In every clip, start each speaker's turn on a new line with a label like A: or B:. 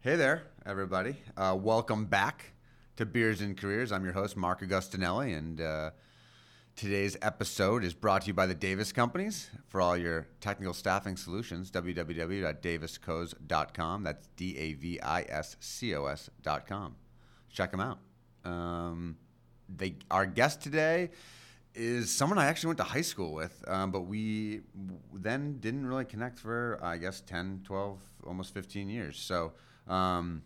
A: Hey there, everybody. Uh, welcome back to Beers and Careers. I'm your host, Mark Augustinelli, and uh, today's episode is brought to you by the Davis Companies. For all your technical staffing solutions, www.daviscos.com. That's D A V I S C O S.com. Check them out. Um, they, our guest today is someone I actually went to high school with, um, but we w- then didn't really connect for, I guess, 10, 12, almost 15 years. So, um,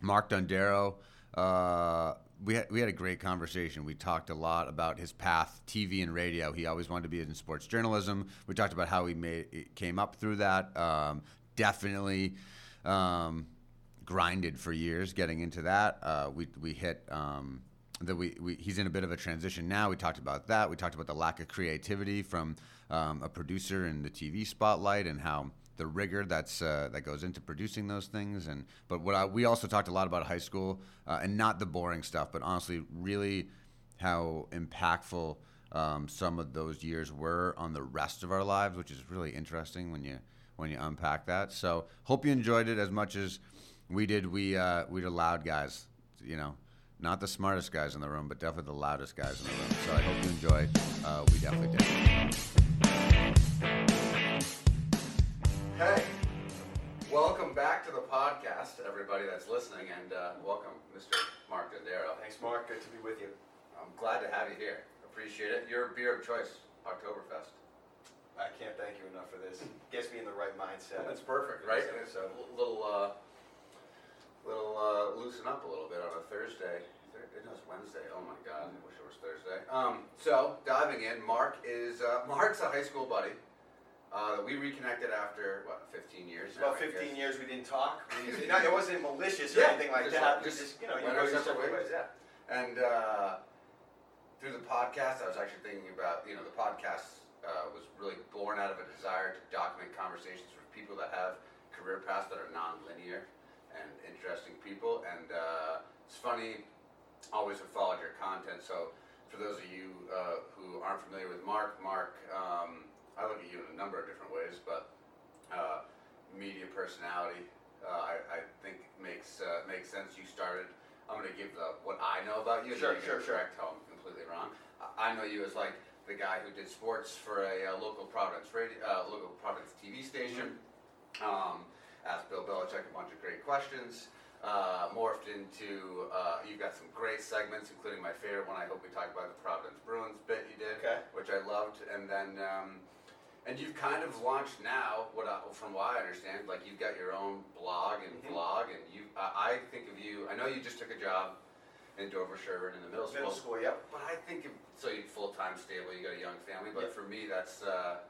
A: Mark Dondero, uh, we, had, we had a great conversation. We talked a lot about his path, TV and radio. He always wanted to be in sports journalism. We talked about how he made, it came up through that. Um, definitely. Um, grinded for years getting into that. Uh, we we hit um, that we, we he's in a bit of a transition now. We talked about that. We talked about the lack of creativity from um, a producer in the TV spotlight and how the rigor that's uh, that goes into producing those things. And but what I, we also talked a lot about high school uh, and not the boring stuff, but honestly, really how impactful. Um, some of those years were on the rest of our lives, which is really interesting when you when you unpack that. So hope you enjoyed it as much as we did. We uh, we the loud guys, you know, not the smartest guys in the room, but definitely the loudest guys in the room. So I hope you enjoyed. Uh, we definitely did. Hey, welcome back to the podcast, everybody that's listening, and uh, welcome, Mr. Mark Dondero.
B: Thanks, Mark. Good to be with you.
A: I'm glad to have you here. Appreciate it. Your beer of choice, Oktoberfest.
B: I can't thank you enough for this. Gets me in the right mindset.
A: That's perfect, right?
B: So-
A: It's a little, uh, little uh, loosen up a little bit on a Thursday. Thir- It was Wednesday. Oh my God! I wish it was Thursday. Um, so diving in, Mark is uh, Mark's a high school buddy uh, that we reconnected after what 15 years.
B: It's about
A: now, I
B: 15
A: guess.
B: years we didn't talk. We didn't- no, it wasn't malicious or
A: Yeah,
B: anything like
A: just
B: that.
A: like-
B: We
A: just
B: just, you know, you
A: went
B: go
A: our
B: your
A: separate ways,
B: separate ways.
A: yeah. And uh, through the podcast, I was actually thinking about, you know, the podcast uh, was really born out of a desire to document conversations with people that have career paths that are non-linear and interesting people. And uh, it's funny, always have followed your content. So for those of you uh, who aren't familiar with Mark, Mark, um, I look at you in a number of different ways, but uh, media personality, uh, I, I think makes uh, makes sense. You started. I'm gonna give the what I know about you. and
B: Sure,
A: then you can
B: sure, sure.
A: Correct how I'm completely wrong. I, I know you as like the guy who did sports for a uh, local Providence radio, uh, local Providence TV station.
B: Mm-hmm.
A: Um, asked Bill Belichick a bunch of great questions. Uh, morphed into uh, you've got some great segments, including my favorite one. I hope we talk about the Providence Bruins bit you did,
B: Okay.
A: which I loved, and then. Um, and you've kind of launched now, what I, from what I understand, like you've got your own blog and
B: Mhm.
A: vlog, and you. I, I think of you. I know you just took a job in Dover Sherburne in the middle school,
B: Middle school, yep.
A: but I think of, so. You full time stable. You got a young family, but
B: Yeah.
A: for me, that's uh,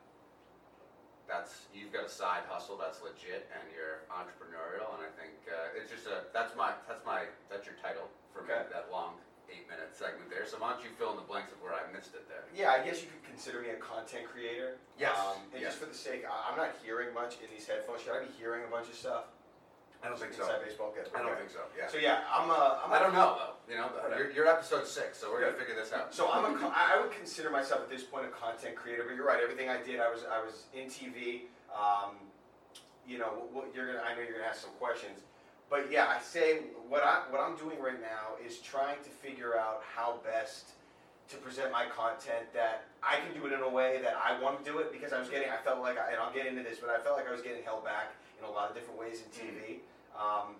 A: that's you've got a side hustle that's legit, and you're entrepreneurial. And I think uh, it's just a that's my that's my that's your title for me.
B: Okay.
A: That long eight minute segment there. So why don't you fill in the blanks of where I missed it there?
B: Yeah, I guess you could consider me a content creator.
A: Yes,
B: Um, and
A: yes.
B: just for the sake, I, I'm not hearing much in these headphones. Should I be hearing a bunch of stuff?
A: I don't think so.
B: Inside baseball, good.
A: I don't
B: Okay.
A: think so. Yeah.
B: So yeah, I'm a. I'm a
A: I don't know though. You know, but
B: Whatever.
A: you're, you're episode six, so we're gonna
B: Good.
A: figure this out.
B: So I'm a, co- I I would consider myself at this point a content creator, but you're right. Everything I did, I was I was in TV. Um, you know, what, what you're gonna. I know you're gonna ask some questions, but yeah, I say what I what I'm doing right now is trying to figure out how best to present my content that I can do it in a way that I want to do it because I was getting. I felt like, I, and I'll get into this, but I felt like I was getting held back in a lot of different ways in TV. Um,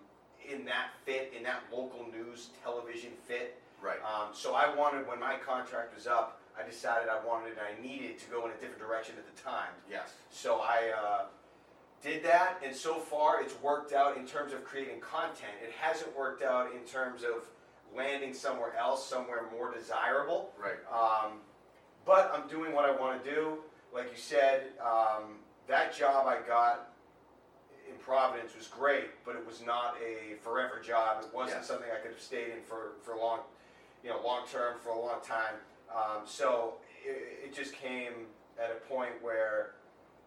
B: in that fit, in that local news television fit,
A: right.
B: um, so I wanted, when my contract was up, I decided I wanted and I needed to go in a different direction at the time.
A: Yes.
B: So I uh, did that, and so far it's worked out in terms of creating content. It hasn't worked out in terms of landing somewhere else, somewhere more desirable.
A: Right.
B: Um, but I'm doing what I want to do. Like you said, um, that job I got in Providence was great, but it was not a forever job. It wasn't
A: Yeah.
B: something I could have stayed in for, for long, you know, long term for a long time. Um, so it, it just came at a point where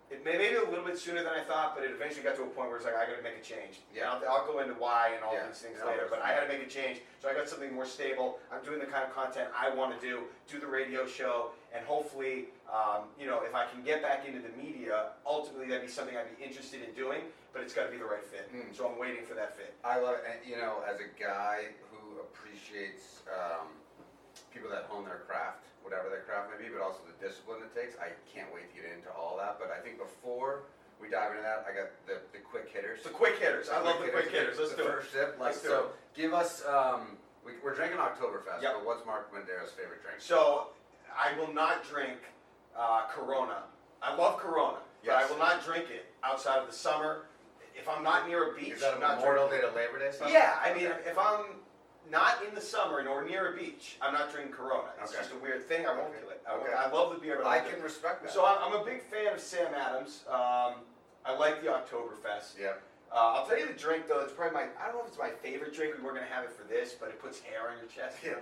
B: It may, maybe a little bit sooner than I thought, but it eventually got to a point where it's like I got to make a change. Yeah, I'll, I'll go into why and all
A: Yeah.
B: these things
A: Yeah.
B: later, but I had to make a change. So I got something more stable. I'm doing the kind of content I want to do. Do the radio show, and hopefully, um, you know, if I can get back into the media, ultimately that'd be something I'd be interested in doing. But it's got to be the right fit.
A: Mm.
B: So I'm waiting for that fit.
A: I love it. And, you know, as a guy who appreciates um, people that hone their craft, whatever their craft may be, but also the discipline it takes, I can't wait to get into all that. But I think before we dive into that, I got the, the quick hitters.
B: The quick hitters. I love the quick hitters. Let's
A: the
B: do it.
A: first sip, like,
B: Let's do
A: so give us, um, we, we're drinking Oktoberfest, but
B: Yep.
A: what's Mark Mandero's favorite drink?
B: So I will not drink uh, Corona. I love Corona, but
A: Yes.
B: I will not drink it outside of the summer. If I'm not near a beach,
A: Is that a
B: not
A: Memorial Day
B: drinking.
A: to Labor Day something?
B: Yeah, I mean,
A: Okay.
B: if I'm not in the summer nor near a beach, I'm not drinking Corona. It's
A: Okay.
B: just a weird thing. I won't
A: Okay.
B: do it. I, won't-
A: Okay.
B: I love the beer. But
A: I
B: won't do
A: can
B: it.
A: respect that.
B: So I- I'm a big fan of Sam Adams. Um, I like the Oktoberfest.
A: yeah.
B: Uh, I'll tell you the drink though. It's probably my. I don't know if it's my favorite drink. We were gonna have it for this, but it puts hair on your chest.
A: Yeah.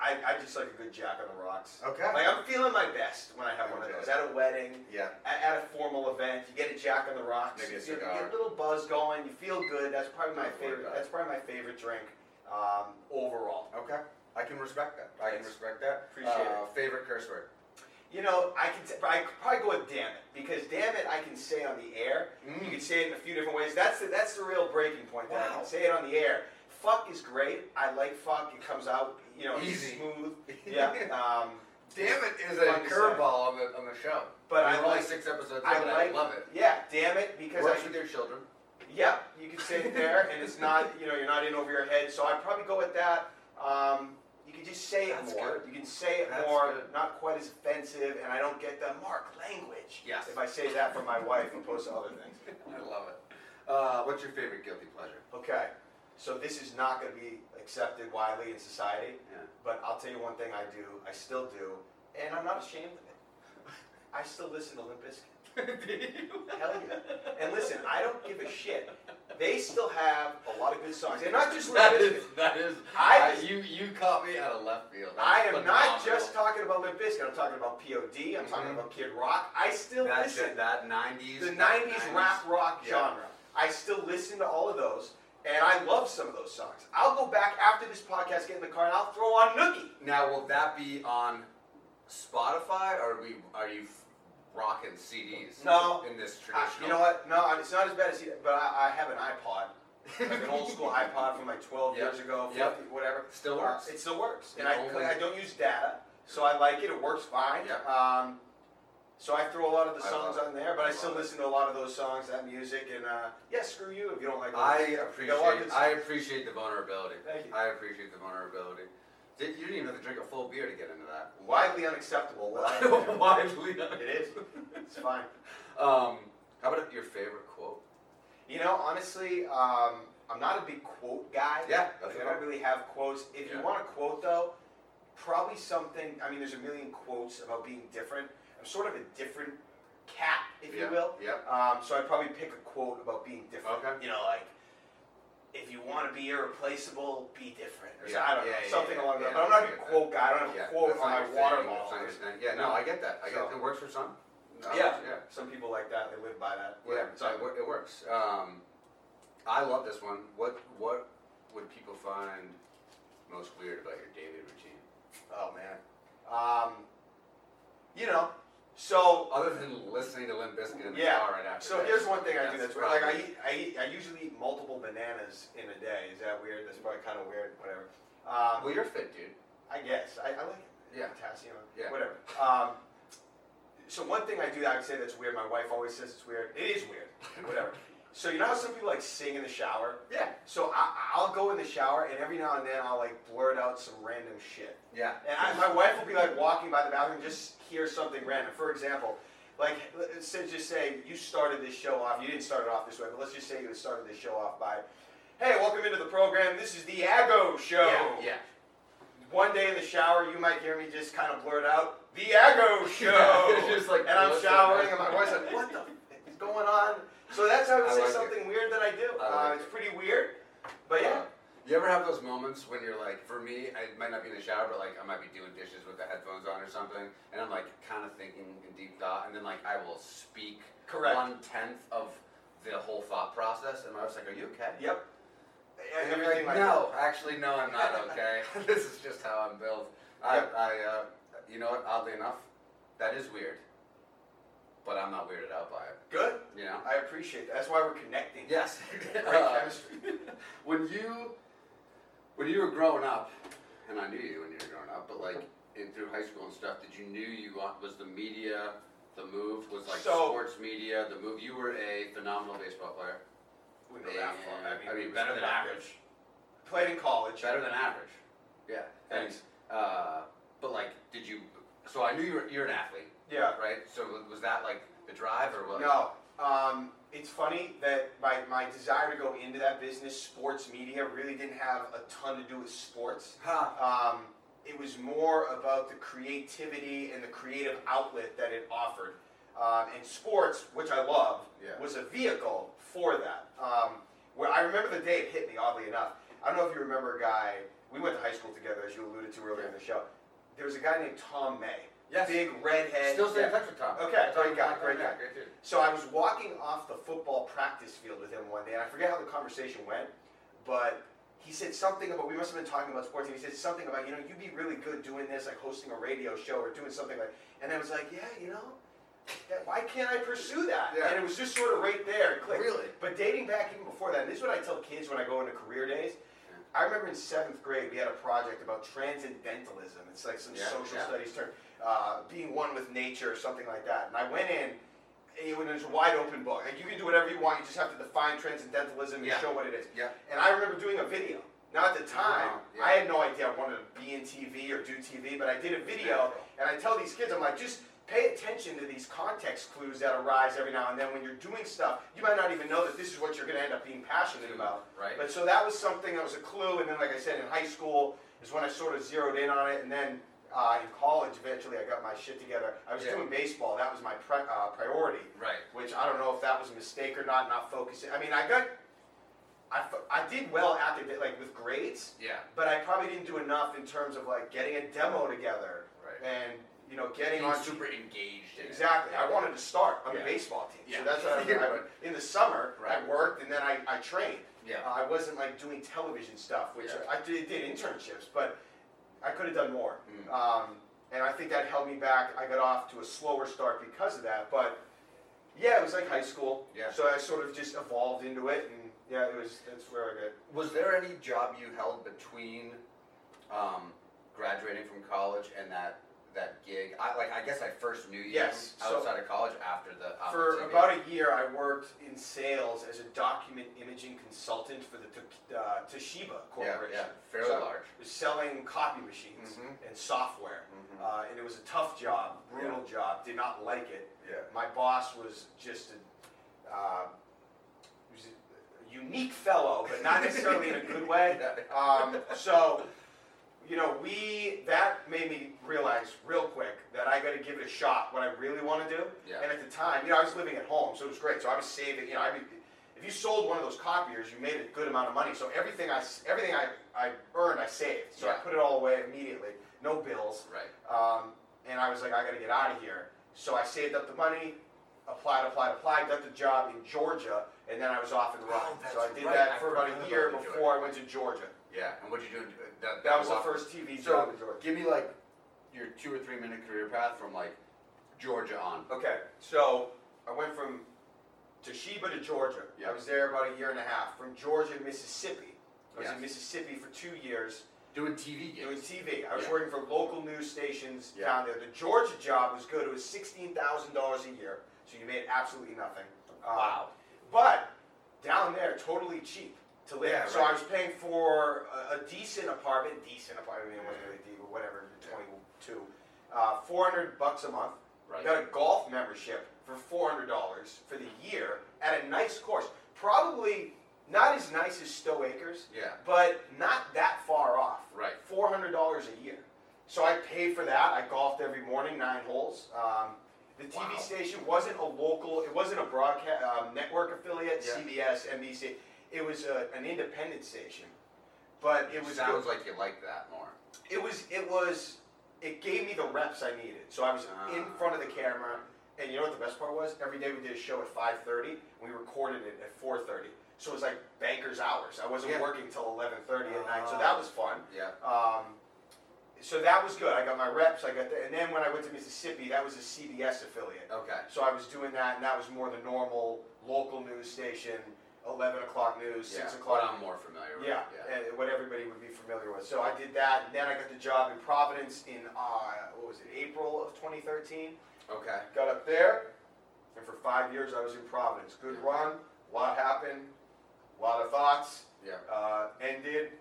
B: I, I just like a good Jack on the Rocks.
A: Okay.
B: Like I'm feeling my best when I have one of those. At a wedding,
A: Yeah.
B: at, at a formal event, you get a Jack on the Rocks.
A: Maybe a
B: you, get- you
A: cigar.
B: get a little buzz going. You feel good. That's probably my
A: Don't worry
B: favorite.
A: about it.
B: That's probably my favorite drink um, overall.
A: Okay. I can respect that. I can
B: Thanks.
A: respect that.
B: Appreciate
A: uh, Favorite curse word?
B: You know, I can. T- I could probably go with damn it because damn it, I can say on the air. You
A: Mm.
B: can say it in a few different ways. That's the that's the real breaking point. That I
A: Wow.
B: can say it on the air. Fuck is great. I like fuck. It comes out, you know,
A: Easy.
B: smooth. Yeah. Um,
A: Damn it is
B: Fun
A: a
B: to
A: curveball on the, on the show.
B: But
A: There's
B: I
A: only
B: like-
A: six episodes.
B: I
A: in, but
B: like.
A: I love it.
B: Yeah. Damn it, because I.
A: Works with your children.
B: Yeah, you can say it there, and it's not. You know, you're not in over your head. So I'd probably go with that. Um, you can just say it
A: That's
B: more.
A: good.
B: You can say it
A: That's
B: more.
A: good.
B: Not quite as offensive, and I don't get the mark language.
A: Yes.
B: If I say that for my wife opposed to other things.
A: I love it. Uh, what's your favorite guilty pleasure?
B: Okay, so this is not going to be accepted widely in society,
A: Yeah.
B: but I'll tell you one thing I do, I still do, and I'm not ashamed of it. I still listen to Limp Bizkit. Hell yeah. And listen, I don't give a shit. They still have a lot of good songs. And not just Limp
A: That is,
B: Bizkit.
A: that is,
B: I
A: I,
B: just-
A: you, you caught me out of left field. That's
B: I am not
A: phenomenal.
B: just talking about Limp Bizkit. I'm talking about POD. I'm talking
A: Mhm.
B: about Kid Rock. I still
A: that,
B: listen.
A: that 90s.
B: the 90s, rap rock
A: Yeah.
B: genre. I still listen to all of those, and I love some of those songs. I'll go back after this podcast, get in the car, and I'll throw on Nookie.
A: Now, will that be on Spotify, or are, we, are you f- rocking CDs
B: No.
A: in this
B: I-
A: traditional?
B: you know what? No, I- it's not as bad as you, but I, I have an iPod, like an old school iPod from like 12
A: Yep.
B: years ago,
A: Yep.
B: 50, whatever. Uh,
A: Still works.
B: It still works, and
A: The
B: I,
A: only-
B: I don't use data, so I like it. It works fine.
A: Yep.
B: Um, so I throw a lot of the
A: I love
B: songs
A: it.
B: on there, but I
A: I
B: still
A: love it.
B: listen to a lot of those songs, that music, and uh, yeah, screw you if you don't like. those.
A: I
B: They are good
A: appreciate I
B: songs.
A: appreciate the vulnerability.
B: Thank you.
A: I appreciate the vulnerability. Did, you didn't even have to drink a full beer to get into that.
B: Widely unacceptable. but I don't care.
A: Widely.
B: It is. It's fine.
A: Um, how about your favorite quote?
B: You know, honestly, um, I'm not a big quote guy.
A: Yeah,
B: Like,
A: that's
B: I
A: okay.
B: don't really have quotes. If
A: Yeah.
B: you want a quote, though, probably something. I mean, there's a million quotes about being different. I'm sort of a different cat, if
A: Yeah,
B: you will.
A: Yeah.
B: Um, so I'd probably pick a quote about being different.
A: Okay.
B: You know, like, if you want to be irreplaceable, be different. Or so-
A: Yeah,
B: I don't
A: yeah,
B: know,
A: yeah,
B: something
A: yeah,
B: along
A: yeah,
B: that. But I'm not
A: I
B: a
A: get
B: quote guy. I don't have
A: yeah.
B: a quote
A: that's
B: on
A: not
B: my
A: your thing,
B: water
A: that's
B: bottle.
A: not your thing. Yeah, no,
B: No.
A: I get that. I get
B: So-
A: It works for some. No,
B: Yeah.
A: Yeah.
B: Some people like that. They live by that.
A: Whatever.
B: Whatever.
A: So it, wor- it works. Um, I love this one. What What would people find most weird about your daily routine?
B: Oh man. Um, you know, so
A: Other than listening to Limp Bizkit in the
B: Yeah.
A: car right after.
B: so
A: this.
B: here's one thing I do that's weird. Like I
A: probably-
B: eat, I eat, I usually eat multiple bananas in a day. Is that weird? That's probably kind of weird. Whatever. Um,
A: Well, you're fit, dude.
B: I guess I, I like it.
A: Yeah.
B: potassium.
A: Yeah.
B: Whatever. Um, so one thing I do that I would say that's weird. My wife always says it's weird. It is weird. Whatever. So you know how some people like sing in the shower.
A: Yeah.
B: So I, I'll go in the shower and every now and then I'll like blurt out some random shit.
A: Yeah.
B: And I, my wife will be like walking by the bathroom, just hear something random. For example, like let's say- just say you started this show off. You didn't start it off this way, but let's just say you had started this show off by, "Hey, welcome into the program. This is the Aggo Show."
A: Yeah. yeah.
B: One day in the shower, you might hear me just kind of blurt out, "The Aggo Show,"
A: It's just like
B: and I'm
A: blurt
B: showering,
A: out.
B: and my wife's like, "What the f- is going on?" So that's how I would
A: I
B: say
A: like it.
B: something weird that I do.
A: I like
B: uh, it's
A: it.
B: pretty weird, but yeah.
A: Uh, You ever have those moments when you're like, for me, I might not be in the shower, but like I might be doing dishes with the headphones on or something, and I'm like kind of thinking in deep thought, and then like I will speak
B: Correct.
A: one tenth of the whole thought process, and I was like, "Are you okay?"
B: Yep. E-,
A: And you're
B: Everything
A: like,
B: like
A: no, actually, no, I'm not okay. this is just how I'm built. I,
B: Yep.
A: I, uh, you know what? Oddly enough, that is weird, but I'm not weirded out by it.
B: that. Good.
A: You know?
B: I appreciate that. That's why we're connecting.
A: Yes.
B: Great
A: Uh,
B: chemistry.
A: when you when you were growing up, and I knew you when you were growing up, but like in through high school and stuff, did you knew you wa- was the media the move was like
B: So-
A: sports media the move? You were a phenomenal baseball player,
B: We go that far.
A: Yeah, I
B: we
A: mean,
B: was
A: better than
B: not
A: average.
B: good. Played in college.
A: better than average. Yeah,
B: Thanks.
A: And, uh, but like, did you? So I knew you were you're an athlete,
B: Yeah.
A: right? So wa- was that like the drive or what?
B: No. Um, it's funny that my, my desire to go into that business, sports media, really didn't have a ton to do with sports.
A: Huh.
B: Um, it was more about the creativity and the creative outlet that it offered. Um, and sports, which I love,
A: Yeah.
B: was a vehicle for that. Um, where I remember the day it hit me, oddly enough. I don't know if you remember a guy, we went to high school together, as you alluded to earlier in the show. There was a guy named Tom May.
A: Yes.
B: Big redhead.
A: Still stay
B: Yeah.
A: in touch with Tom.
B: Okay,
A: Tom,
B: great guy,
A: Tom,
B: great
A: yeah,
B: guy.
A: dude.
B: So I was walking off the football practice field with him one day, and I forget how the conversation went, but he said something about we must have been talking about sports, and he said something about you know you'd be really good doing this, like hosting a radio show or doing something like. And I was like, yeah, you know, that, why can't I pursue that?
A: Yeah.
B: And it was just sort of right there, it clicked.
A: Really?
B: But dating back even before that, and this is what I tell kids when I go into career days.
A: Yeah.
B: I remember in seventh grade we had a project about transcendentalism. It's like some
A: Yeah,
B: social
A: yeah.
B: studies term, uh, being one with nature or something like that. And I went in, and it was a wide open book. Like you can do whatever you want. You just have to define transcendentalism and
A: Yeah.
B: show what it is.
A: Yeah.
B: And I remember doing a video. Now at the time,
A: Wow, yeah.
B: I had no idea I wanted to be in TV or do TV, but I did a video, and I tell these kids, I'm like, just pay attention to these context clues that arise every now and then when you're doing stuff. You might not even know that this is what you're going to end up being passionate about.
A: Right.
B: But so that was something that was a clue, and then like I said, in high school is when I sort of zeroed in on it, and then uh, in college eventually I got my shit together. I was
A: Yeah.
B: doing baseball; that was my pri uh, priority.
A: Right.
B: Which I don't know if that was a mistake or not. Not focusing. I mean, I got, I, fo- I did well after that, like with grades,
A: Yeah.
B: but I probably didn't do enough in terms of like getting a demo together
A: Right.
B: and you know getting
A: Being
B: on.
A: super engaged. In it.
B: Exactly. I wanted to start on
A: Yeah.
B: the baseball team,
A: Yeah.
B: so that's what I,
A: Yeah.
B: I would- in the summer
A: Right.
B: I worked and then I, I trained.
A: Yeah.
B: Uh, I wasn't like doing television stuff, which
A: Yeah.
B: I did, did internships, but I could have done more.
A: Mm.
B: Um, and I think that held me back. I got off to a slower start because of that. But yeah, it was like high school.
A: Yeah.
B: So I sort of just evolved into it, and yeah, it was that's where I got.
A: Was there any job you held between um, graduating from college and that that gig? I like. I guess I first knew you
B: Yes, so-
A: outside of college after the
B: For
A: opportunity.
B: about a year, I worked in sales as a document imaging consultant for the T- uh, Toshiba
A: yeah,
B: Corporation.
A: yeah, fairly
B: So- Mm-hmm.
A: large.
B: was selling copy machines
A: Mhm.
B: and software.
A: Mhm.
B: Uh, and it was a tough job, brutal job, did not like it.
A: Yeah.
B: My boss was just a, uh, he was a unique fellow, but not necessarily in a good way. Um, so, you know, we, that made me realize real quick that I got to give it a shot, what I really want to do.
A: Yeah.
B: And at the time, you know, I was living at home, so it was great. So I was saving, you know, I mean, if you sold one of those copiers, you made a good amount of money. So everything I, s- everything I, I earned, I saved. So I
A: Yeah.
B: put it all away immediately, no bills.
A: Right.
B: Um, and I was like, I got to get out of here. So I saved up the money, applied, applied, applied, got the job in Georgia, and then I was off and
A: Oh,
B: running.
A: that's
B: so I did
A: right. I
B: that for about
A: forgot
B: a year
A: about the
B: before I went to Georgia.
A: Yeah. And what did you do? uh, That,
B: That was the
A: walk-
B: first TV
A: So-
B: job in Georgia.
A: Give me like your two or three minute career path from like Georgia on.
B: Okay, so I went from Toshiba to Georgia.
A: Yeah.
B: I was there about a year and a half. From Georgia to Mississippi. I was
A: Yes.
B: in Mississippi for two years
A: Doing TV
B: doing
A: gigs.
B: TV. I was
A: Yeah.
B: working for local news stations
A: Yeah.
B: down there. The Georgia job was good. It was $16,000 a year, so you made absolutely nothing. Um,
A: Wow.
B: But down there, totally cheap to live.
A: Yeah,
B: so
A: right.
B: I was paying for a, a decent apartment, decent apartment, I mean, it wasn't really deep, but whatever, 22, uh, 400 bucks a month.
A: Right.
B: Got a golf membership for $400 for the year at a nice course. Probably not as nice as Stowe Acres,
A: Yeah.
B: but not that far off.
A: Right.
B: Four hundred dollars a year. So I paid for that. I golfed every morning, nine holes. Um, the TV
A: Wow.
B: station wasn't a local. It wasn't a broadcast um, network affiliate.
A: Yeah.
B: CBS, NBC. It was a, an independent station. But it was
A: sounds
B: good.
A: like you like that more.
B: it was it was it gave me the reps I needed. So I was
A: Ah.
B: in front of the camera, and you know what the best part was? Every day we did a show at 5:30, and we recorded it at 4:30. So it was like banker's hours. I wasn't
A: Yeah.
B: working till 11:30 at night, so
A: Ah.
B: that was fun.
A: Yeah.
B: Um, so that was good. I got my reps. I got the, and then when I went to Mississippi, that was a CBS affiliate.
A: Okay.
B: So I was doing that, and that was more the normal local news station, 11 o'clock news,
A: Yeah.
B: 6 o'clock.
A: What I'm more familiar with.
B: Yeah, and what everybody would be familiar with. So I did that, and then I got the job in Providence in uh, what was it, April of 2013.
A: Okay.
B: Got up there, and for five years I was in Providence. Good
A: Yeah.
B: run, a lot happened, a lot of thoughts.
A: Yeah.
B: Uh, ended,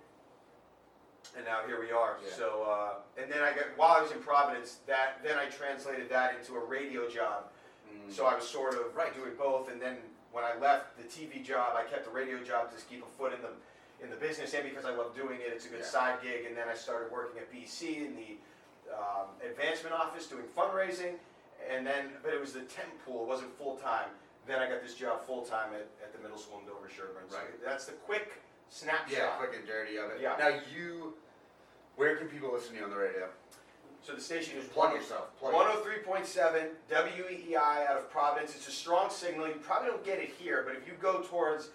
B: and now here we are.
A: Yeah.
B: So, uh, and then I got while I was in Providence, that then I translated that into a radio job.
A: Mm.
B: So I was sort of
A: Right.
B: doing both, and then when I left the TV job, I kept the radio job to just keep a foot in the in the business, and because I love doing it, it's a good
A: Yeah.
B: side gig. And then I started working at BC in the um, advancement office doing fundraising, and then but it was the temp pool, it wasn't full time. Then I got this job full time at, at the middle school in Dover Sherburne. So
A: Right.
B: that's the quick snapshot.
A: Yeah, quick and dirty of it.
B: Yeah.
A: Now you, where can people listen to you on the radio?
B: So the station is
A: Plug
B: one-
A: yourself. Plug yourself.
B: 103.7 WEEI E out of Providence. It's a strong signal. You probably don't get it here, but if you go towards.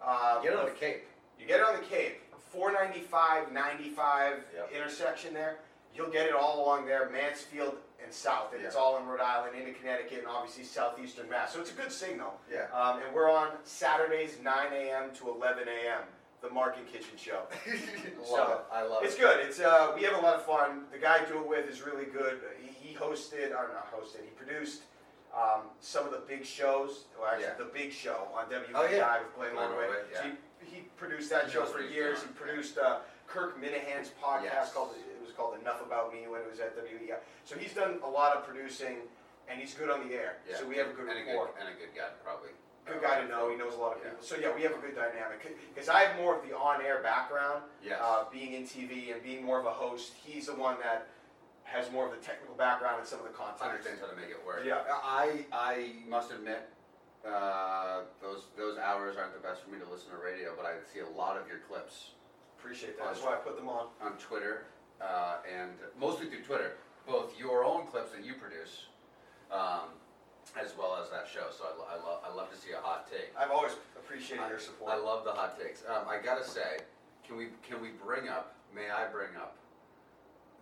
B: Uh,
A: Get it on the Cape.
B: You get it on the Cape, 495, 95
A: Yep.
B: intersection there. You'll get it all along there, Mansfield and south, and it's
A: Yeah.
B: all in Rhode Island, into Connecticut, and obviously southeastern Mass. So it's a good signal.
A: Yeah.
B: Um, and we're on Saturdays, 9 a.m. to 11 a.m. The Market Kitchen Show.
A: love
B: So,
A: it. I love
B: It's
A: it.
B: good. It's uh, we have a lot of fun. The guy I do it with is really good. He, he hosted, or not hosted, he produced um, some of the big shows. Well, actually,
A: Yeah.
B: the big show on WBI
A: Oh, yeah.
B: with Glenn
A: Glenn
B: Lordway.
A: Lordway, yeah.
B: So he, he produced that
A: He
B: show
A: knows
B: for
A: what he's
B: years. He
A: doing.
B: produced uh, Kirk Minahan's podcast
A: Yes.
B: called it was called Enough About Me when it was at WEI. So he's done a lot of producing, and he's good on the air.
A: Yeah.
B: So we have a good
A: and
B: rapport.
A: A good, and a good guy, probably.
B: Good guy to know. He knows a lot of
A: Yeah.
B: people. So yeah, we have a good dynamic. Because I have more of the on-air background,
A: Yes.
B: uh, being in TV and being more of a host. He's the one that has more of the technical background and some of the content.
A: understands how to make it work.
B: Yeah.
A: I I must admit, uh, those those hours aren't the best for me to listen to radio, but I see a lot of your clips
B: Appreciate that. That's why I put them on.
A: on Twitter, uh, and mostly through Twitter, both your own clips that you produce, um, as well as that show. So I, lo- I love I love to see a hot take.
B: I've always appreciated
A: I-
B: your support.
A: I love the hot takes. Um, I gotta say, can we can we bring up? May I bring up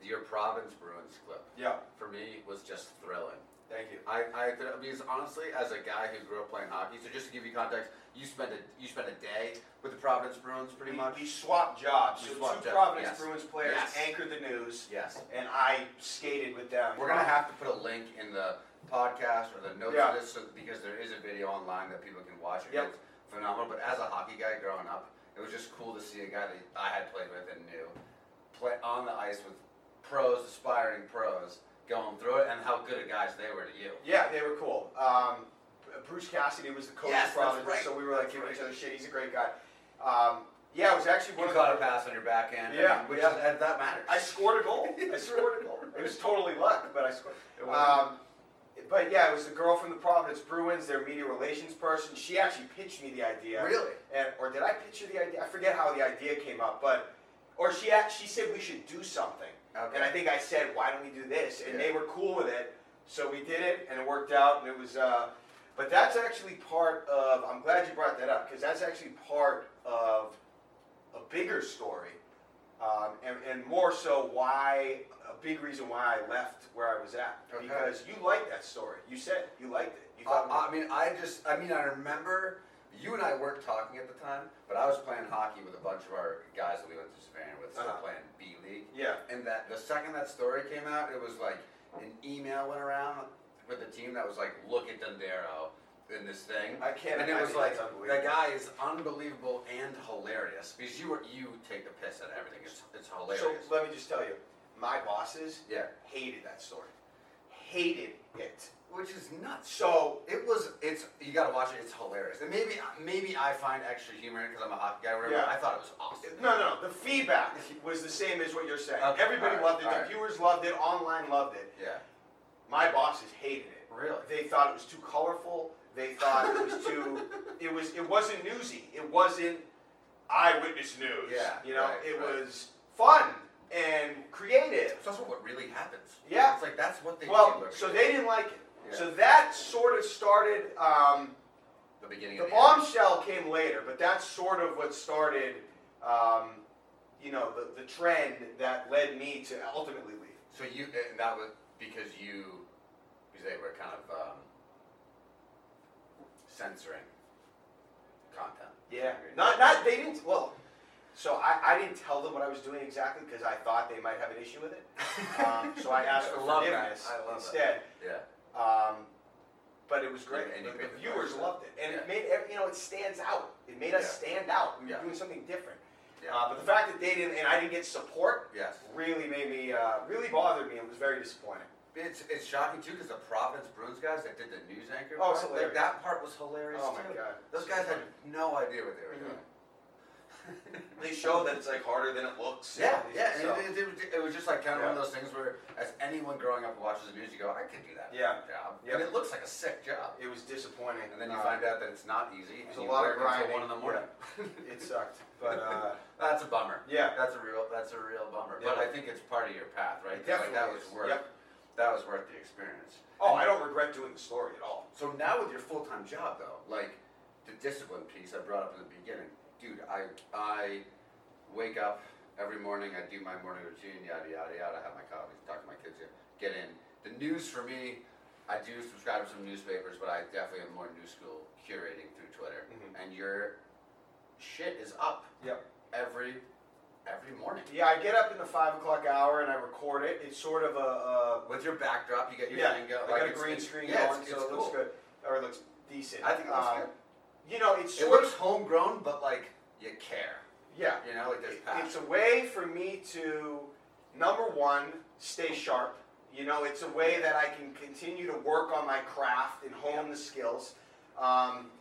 A: your Province Bruins clip?
B: yeah,
A: For me, was just thrilling.
B: thank you.
A: I, I because honestly, as a guy who grew up playing hockey, so just to give you context, you spent a you spent a day with the Providence Bruins, pretty
B: we,
A: much.
B: we swapped jobs.
A: We
B: so
A: swapped jobs,
B: two Providence
A: yes.
B: Bruins players
A: Yes.
B: anchored the news,
A: yes,
B: and I skated with them.
A: we're gonna have to put a link in the podcast or the notes
B: Yeah.
A: of this, so, because there is a video online that people can watch. It.
B: Yep.
A: It's phenomenal. But as a hockey guy growing up, it was just cool to see a guy that I had played with and knew play on the ice with pros, aspiring pros, going through it, and how good of guys they were to you.
B: Yeah, they were cool. Um, Bruce Cassidy was the coach
A: Yes, that's
B: of Providence,
A: right.
B: so we were like
A: That's
B: giving
A: right.
B: each other shit. He's a great guy. Um, yeah, it was actually
A: You
B: one of
A: caught a
B: the.
A: pass on your backhand. I
B: Yeah,
A: mean, which
B: yeah.
A: is- that, that matters.
B: I scored a goal. I scored a goal. It was totally luck, but I scored.
A: It was-
B: Um, but yeah, it was the girl from the Providence Bruins, their media relations person. She actually pitched me the idea.
A: Really?
B: And, or did I pitch you the idea? I forget how the idea came up, but or she act- she said we should do something.
A: Okay.
B: And I think I said, why don't we do this? And
A: Yeah.
B: they were cool with it. So we did it and it worked out and it was, uh, but that's actually part of, I'm glad you brought that up because that's actually part of a bigger story. Um, and, and more so why, a big reason why I left where I was at.
A: Okay.
B: Because you liked that story. You said you liked it. You thought,
A: I, I mean, I just, I mean, I remember you and I weren't talking at the time, but I was playing hockey with a bunch of our guys that we went to Savannah with, still
B: Uh-huh.
A: playing B League.
B: yeah.
A: And that the second that story came out, it was like an email went around with the team that was like, "Look at Dundero in this thing."
B: I can't
A: And it was
B: imagine.
A: like
B: That's unbelievable.
A: the guy is unbelievable and hilarious because you were you take the piss out of everything. It's it's hilarious.
B: So let me just tell you, my bosses
A: yeah,
B: hated that story. Hated it.
A: which is nuts.
B: So
A: It was. It's. You gotta watch it. It's hilarious. And maybe, maybe I find extra humor in it because I'm a hockey guy. Or whatever.
B: Yeah.
A: I thought it was awesome.
B: No, no, no. The feedback was the same as what you're saying.
A: Okay,
B: Everybody
A: alright,
B: loved it.
A: alright.
B: The viewers loved it. Online loved it.
A: Yeah.
B: My bosses hated it.
A: Really.
B: They thought it was too colorful. They thought it was too. It was. It wasn't newsy. It wasn't. eyewitness news.
A: Yeah,
B: you know,
A: right,
B: it
A: right.
B: was fun and creative.
A: It's also what really happens.
B: Yeah.
A: It's like that's what they do
B: Well,
A: every
B: so
A: day.
B: they didn't like it.
A: Yeah.
B: So that sort of started. Um,
A: the beginning
B: the
A: of the end.
B: bombshell came later, but that's sort of what started, um, you know, the, the trend that led me to ultimately leave.
A: So you and that was because you because they were kind of um, censoring content.
B: Yeah. Not not they didn't well. So I, I didn't tell them what I was doing exactly because I thought they might have an issue with it. Um, so I asked for
A: I love that.
B: forgiveness
A: I love that.
B: instead.
A: Yeah.
B: Um, but it was great.
A: And you
B: the, the
A: picked the
B: viewers
A: price up.
B: loved it, and
A: Yeah.
B: it made ev- you know it stands out. It made us
A: Yeah.
B: stand out. We were
A: Yeah.
B: doing something different.
A: Yeah.
B: Uh, but the fact that they didn't and I didn't get support
A: yes.
B: really made me uh, really bothered me. It was very disappointing.
A: It's it's shocking too because the Providence Bruins guys that did the news anchor.
B: Oh, it's
A: part, Like,
B: hilarious.
A: that part was hilarious
B: Oh my
A: too.
B: God.
A: Those guys had no idea what they were
B: Mhm.
A: doing.
B: They show that it's like harder than it looks.
A: Yeah, yeah, and
B: So-
A: it, it, it was just like kind of one of
B: Yeah.
A: those things where, as anyone growing up who watches the news, you go, I could do that
B: Yeah.
A: job,
B: Yep.
A: and it looks like a sick job.
B: it was disappointing.
A: And then you
B: Uh,
A: find out that it's not easy.
B: there's
A: and you
B: a lot
A: work
B: of
A: until
B: grinding,
A: one in the morning.
B: it sucked, but uh,
A: that's a bummer.
B: yeah,
A: That's a real. That's a real bummer. But
B: Yeah.
A: I think it's part of your path, right?
B: It
A: 'Cause, like, that
B: definitely
A: was
B: is.
A: worth.
B: Yep.
A: That was worth the experience.
B: Oh,
A: And-
B: I don't regret doing the story at all.
A: So now with your full time job though, like the discipline piece I brought up in the beginning, dude, I I wake up every morning, I do my morning routine, yada yada yada, have my coffee, talk to my kids, get in. The news for me, I do subscribe to some newspapers, but I definitely am more new school curating through Twitter.
B: Mhm.
A: And your shit is up
B: Yep.
A: every every morning.
B: Yeah, I get up in the five o'clock hour and I record it. It's sort of a, a
A: With your backdrop, you get your
B: yeah,
A: thing go-
B: I
A: like
B: got a
A: it's-
B: green
A: it's-
B: screen
A: yeah,
B: going,
A: it's,
B: so
A: it's
B: it looks
A: cool.
B: good or it looks decent.
A: I think it looks
B: Um,
A: good.
B: You know, it's
A: It
B: sort
A: looks
B: of
A: homegrown, but like you care.
B: yeah.
A: You know, like there's
B: It-
A: passion.
B: It's a way for me to number one stay sharp. You know, it's a way that I can continue to work on my craft and hone the skills. Um,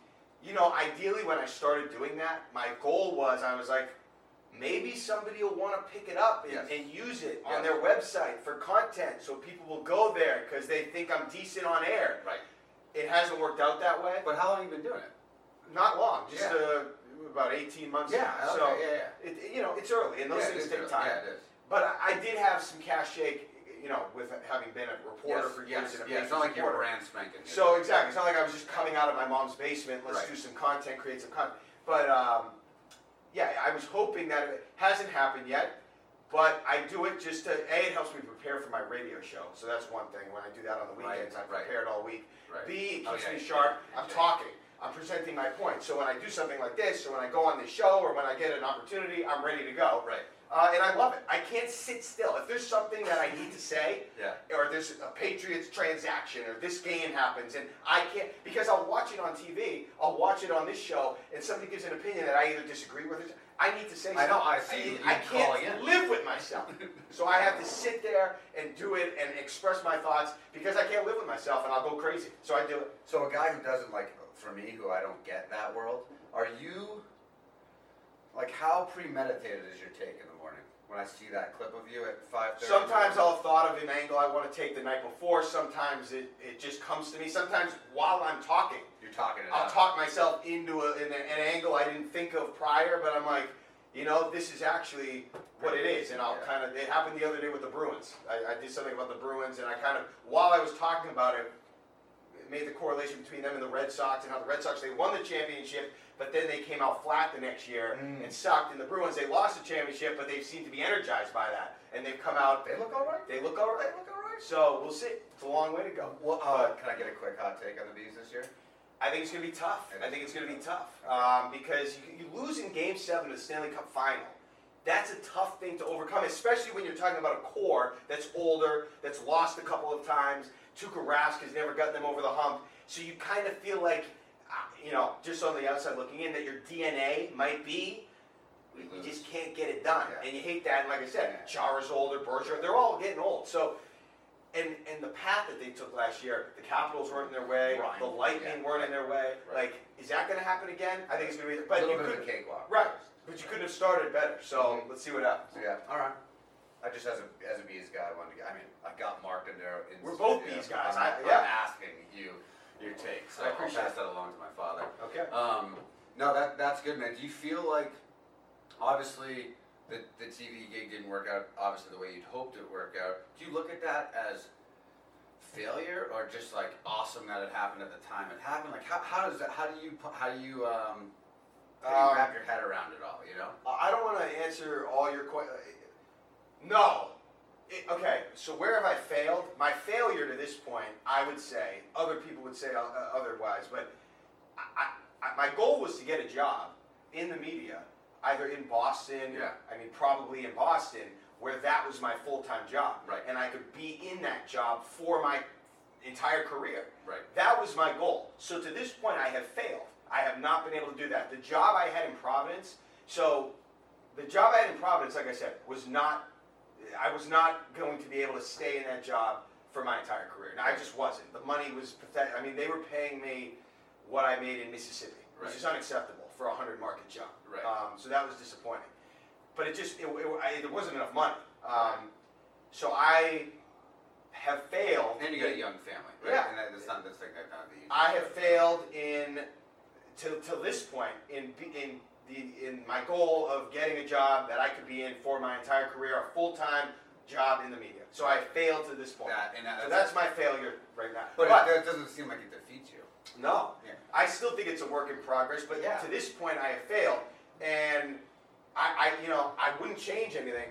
B: you know, ideally, when I started doing that, my goal was I was like, maybe somebody will want to pick it up and,
A: Yes.
B: and use it
A: Yes.
B: on their website for content, so people will go there because they think I'm decent on air.
A: right.
B: It hasn't worked out that way.
A: But how long have you been doing it?
B: Not long, just
A: Yeah.
B: uh, about 18 months. now.
A: okay,
B: so
A: yeah, yeah.
B: It, you know, it's early, and those
A: Yeah, it
B: things
A: is
B: take
A: early.
B: time.
A: Yeah, it is.
B: But I, I did have some cachet, you know, with having been a reporter
A: Yes,
B: for years
A: yes,
B: and a
A: yeah. It's
B: business
A: not like you're
B: reporter.
A: brand spanking. new.
B: So exactly, it's not like I was just coming out of my mom's basement. Let's
A: Right.
B: do some content, create some content. But um, yeah, I was hoping that it hasn't happened yet. But I do it just to a. It helps me prepare for my radio show, so that's one thing. When I do that on the
A: Right,
B: weekends, I'm
A: right.
B: prepared all week.
A: Right.
B: B, it keeps
A: Oh, yeah,
B: me
A: yeah,
B: sharp.
A: yeah,
B: I'm
A: yeah.
B: talking. I'm presenting my point. So when I do something like this, or when I go on this show, or when I get an opportunity, I'm ready to go.
A: Right.
B: Uh, and I love it. I can't sit still. If there's something that I need to say,
A: Yeah.
B: or there's a Patriots transaction, or this game happens, and I can't because I'll watch it on TV, I'll watch it on this show, and somebody gives an opinion that I either disagree with. Or I need to say.
A: I know,
B: something.
A: I see you-
B: I
A: you calling
B: can't
A: in.
B: live with myself, so I have to sit there and do it and express my thoughts because I can't live with myself, and I'll go crazy. So I do it.
A: So a guy who doesn't like, for me, who I don't get that world. Are you? Like, how premeditated is your take in the morning? When I see that clip of you at five thirty.
B: Sometimes I'll have thought of an angle I want to take the night before. Sometimes it, it just comes to me. Sometimes while I'm talking,
A: You're talking it
B: I'll
A: out.
B: talk myself into a, in a- an angle I didn't think of prior, but I'm like, you know, this is actually what it is, and I'll
A: Yeah.
B: kind of. It happened the other day with the Bruins. I, I did something about the Bruins, and I kind of, while I was talking about it, it made the correlation between them and the Red Sox, and how the Red Sox they won the championship, but then they came out flat the next year
A: Mm.
B: and sucked. And the Bruins they lost the championship, but they seem to be energized by that, and they've come out.
A: They look all right.
B: They look all
A: They
B: right.
A: look all right.
B: So we'll see. It's a long way to go.
A: Well, uh, can I get a quick hot take on the bees this year?
B: I think it's going to be tough.
A: It
B: I
A: is.
B: think it's going to be tough um, because you, you lose in Game Seven of the Stanley Cup Final. That's a tough thing to overcome, especially when you're talking about a core that's older, that's lost a couple of times. Tuukka Rask has never gotten them over the hump, so you kind of feel like, ah, you know, just on the outside looking in, that your DNA might be.
A: We
B: You
A: lose.
B: just can't get it done,
A: Yeah.
B: and you hate that. And like I said,
A: Yeah.
B: Chara's older, Bergeron, they're all getting old. So, and and the path that they took last year, the Capitals weren't in their way,
A: Right.
B: the Lightning
A: Yeah.
B: weren't in their way.
A: Right.
B: Like, is that going to happen again? I think it's going to be,
A: a
B: but
A: little
B: you
A: bit of a
B: could,
A: cakewalk.
B: right? But you couldn't have started better. So
A: Mhm.
B: let's see what happens.
A: Yeah. All right. I just as a as a bees guy, I wanted to. Get, I mean, I got marked in there. In
B: We're both
A: yeah,
B: bees guys,
A: I'm,
B: I-
A: I'm
B: yeah.
A: asking you your take. So
B: I
A: I
B: appreciate
A: will pass that along to my father.
B: Okay.
A: Um, no, that that's good, man. Do you feel like obviously the, the TV gig didn't work out obviously the way you'd hoped it would work out. Do you look at that as failure or just like awesome that it happened at the time it happened? Like how, how does that how do you pu- how do you um how do you
B: Um,
A: wrap your head around it all, you know?
B: I I don't want to answer all your questions. No. It- okay, so where have I failed? My failure to this point, I would say, other people would say o- uh, otherwise, but I, I, I, my goal was to get a job in the media, either in Boston,
A: Yeah.
B: I mean, probably in Boston, where that was my full time job.
A: Right.
B: And I could be in that job for my entire career.
A: Right.
B: That was my goal. So to this point, I have failed. I have not been able to do that. The job I had in Providence, so the job I had in Providence, like I said, was not. I was not going to be able to stay in that job for my entire career. I just wasn't. The money was pathetic. I mean, they were paying me what I made in Mississippi, which is unacceptable for a hundred market job.
A: Right.
B: Um, so that was disappointing. But it just it, it, I, there wasn't enough money. Um, so I have failed.
A: And you got a young family, right?
B: Yeah.
A: And that, that's not that's like that not the
B: I have failed in to, to this point in be- in the in my goal of getting a job that I could be in for my entire career, a full time job in the media. So I failed to this point.
A: that and that,
B: so that's my failure right now.
A: but,
B: But,
A: it, that doesn't seem like it defeats you.
B: no,
A: Yeah.
B: I still think it's a work in progress. But
A: Yeah.
B: to this point, I have failed, and I, I you know I wouldn't change anything.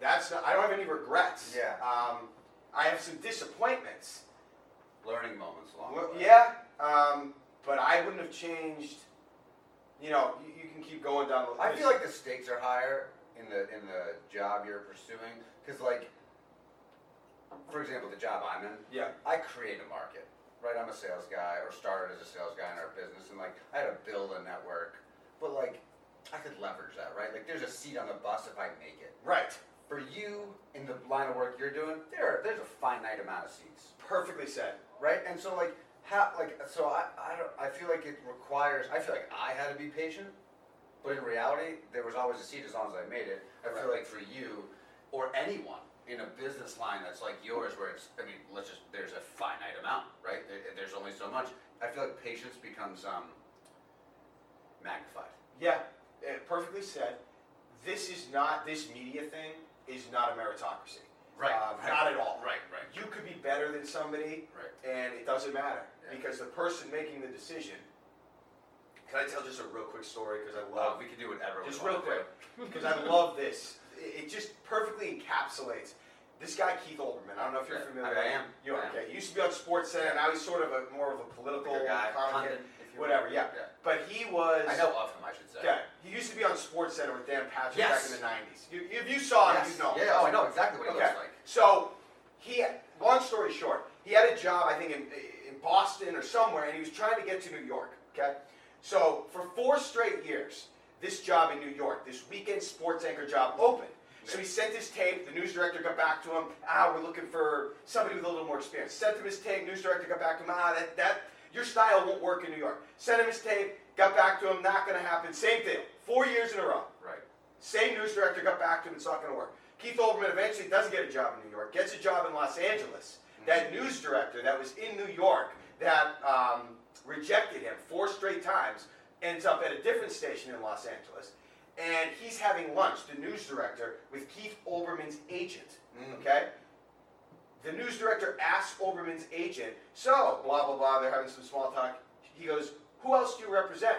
B: That's not, I don't have any regrets.
A: Yeah.
B: Um, I have some disappointments.
A: Learning moments along
B: Well,
A: the way.
B: yeah, um, but I wouldn't have changed. You know, you, you can keep going down the
A: I feel like the stakes are higher in the in the job you're pursuing because, like, for example, the job I'm in,
B: yeah,
A: I create a market, right? I'm a sales guy, or started as a sales guy in our business, and like I had to build a network, but like I could leverage that, right? Like, there's a seat on the bus if I make it.
B: right.
A: For you in the line of work you're doing, there are, there's a finite amount of seats
B: Perfectly said.
A: right? And so like how like so I I don't I feel like it requires I feel like I had to be patient, but in reality there was always a seat as long as I made it. I feel
B: Right.
A: like for you or anyone in a business line that's like yours where it's I mean let's just there's a finite amount right there, there's only so much. I feel like patience becomes um magnified.
B: Yeah, eh, perfectly said. This is not this media thing is not a meritocracy. Uh, Not at all.
A: Right. Right.
B: You could be better than somebody,
A: Right.
B: and it doesn't matter
A: Yeah.
B: because the person making the decision. Can I tell just a real quick story? Because I
A: Well,
B: love
A: Uh, we could do whatever. we
B: Just
A: wanna
B: real
A: do.
B: quick, because I love this. It it just perfectly encapsulates this guy Keith Olbermann. I don't know if you're
A: Yeah,
B: familiar.
A: I am.
B: You are,
A: I am.
B: okay? He used to be on Sports Center. Now he's sort of a more of a political
A: Bigger guy,
B: commentator,
A: pundit, if you will.
B: whatever. Yeah.
A: Yeah.
B: But he was.
A: I know of him. I should say.
B: Okay. He used to be on Sports Center with Dan Patrick
A: Yes.
B: back in the '90s. You, if you saw him,
A: Yes.
B: you know. him.
A: Yeah. Oh, I know exactly what he
B: Okay.
A: looks like.
B: So he, long story short, he had a job, I think, in, in Boston or somewhere, and he was trying to get to New York. Okay. So for four straight years, this job in New York, this weekend sports anchor job, open. So he sent his tape. The news director got back to him. Ah, we're looking for somebody with a little more experience. Sent him his tape. News director got back to him. Ah, that that your style won't work in New York. Sent him his tape. Got back to him. Not gonna happen. Same deal. Four years in a row.
A: Right.
B: Same news director got back to him, it's not going to work. Keith Olbermann eventually doesn't get a job in New York, gets a job in Los Angeles. That news director that was in New York that um, rejected him four straight times ends up at a different station in Los Angeles. And he's having lunch, the news director, with Keith Olbermann's agent.
A: Mm.
B: Okay? The news director asks Olbermann's agent, so, blah, blah, blah, they're having some small talk. He goes, Who else do you represent?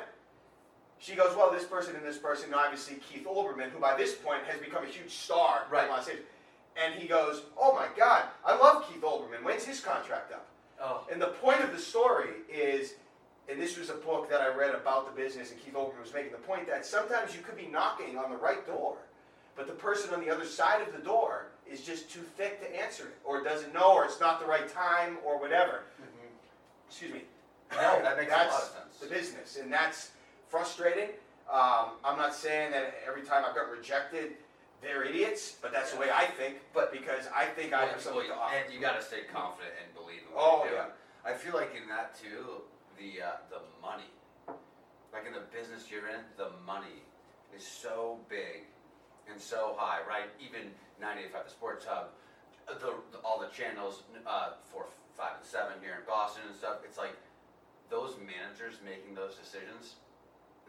B: She goes, Well, this person and this person, and obviously Keith Olbermann, who by this point has become a huge star
A: Right.
B: in Los Angeles. And he goes, Oh my God, I love Keith Olbermann. When's his contract up?
A: Oh.
B: And the point of the story is, and this was a book that I read about the business, and Keith Olbermann was making the point that sometimes you could be knocking on the right door, but the person on the other side of the door is just too thick to answer it, or doesn't know, or it's not the right time, or whatever.
A: Mm-hmm.
B: Excuse me.
A: No, that makes a lot of
B: That's
A: sense.
B: The business, and that's frustrating. Um, I'm not saying that every time I've got rejected, they're idiots, but that's the way I think.
A: But-
B: because I think I
A: Well,
B: have
A: you-
B: something to
A: well,
B: offer.
A: And you gotta stay confident and believe in what
B: Oh,
A: you're
B: yeah.
A: doing. I feel like in that too, the uh, the money, like in the business you're in, the money is so big and so high, right? Even 985 the Sports Hub, uh, the, the all the channels uh, four, five, and seven here in Boston and stuff. It's like those managers making those decisions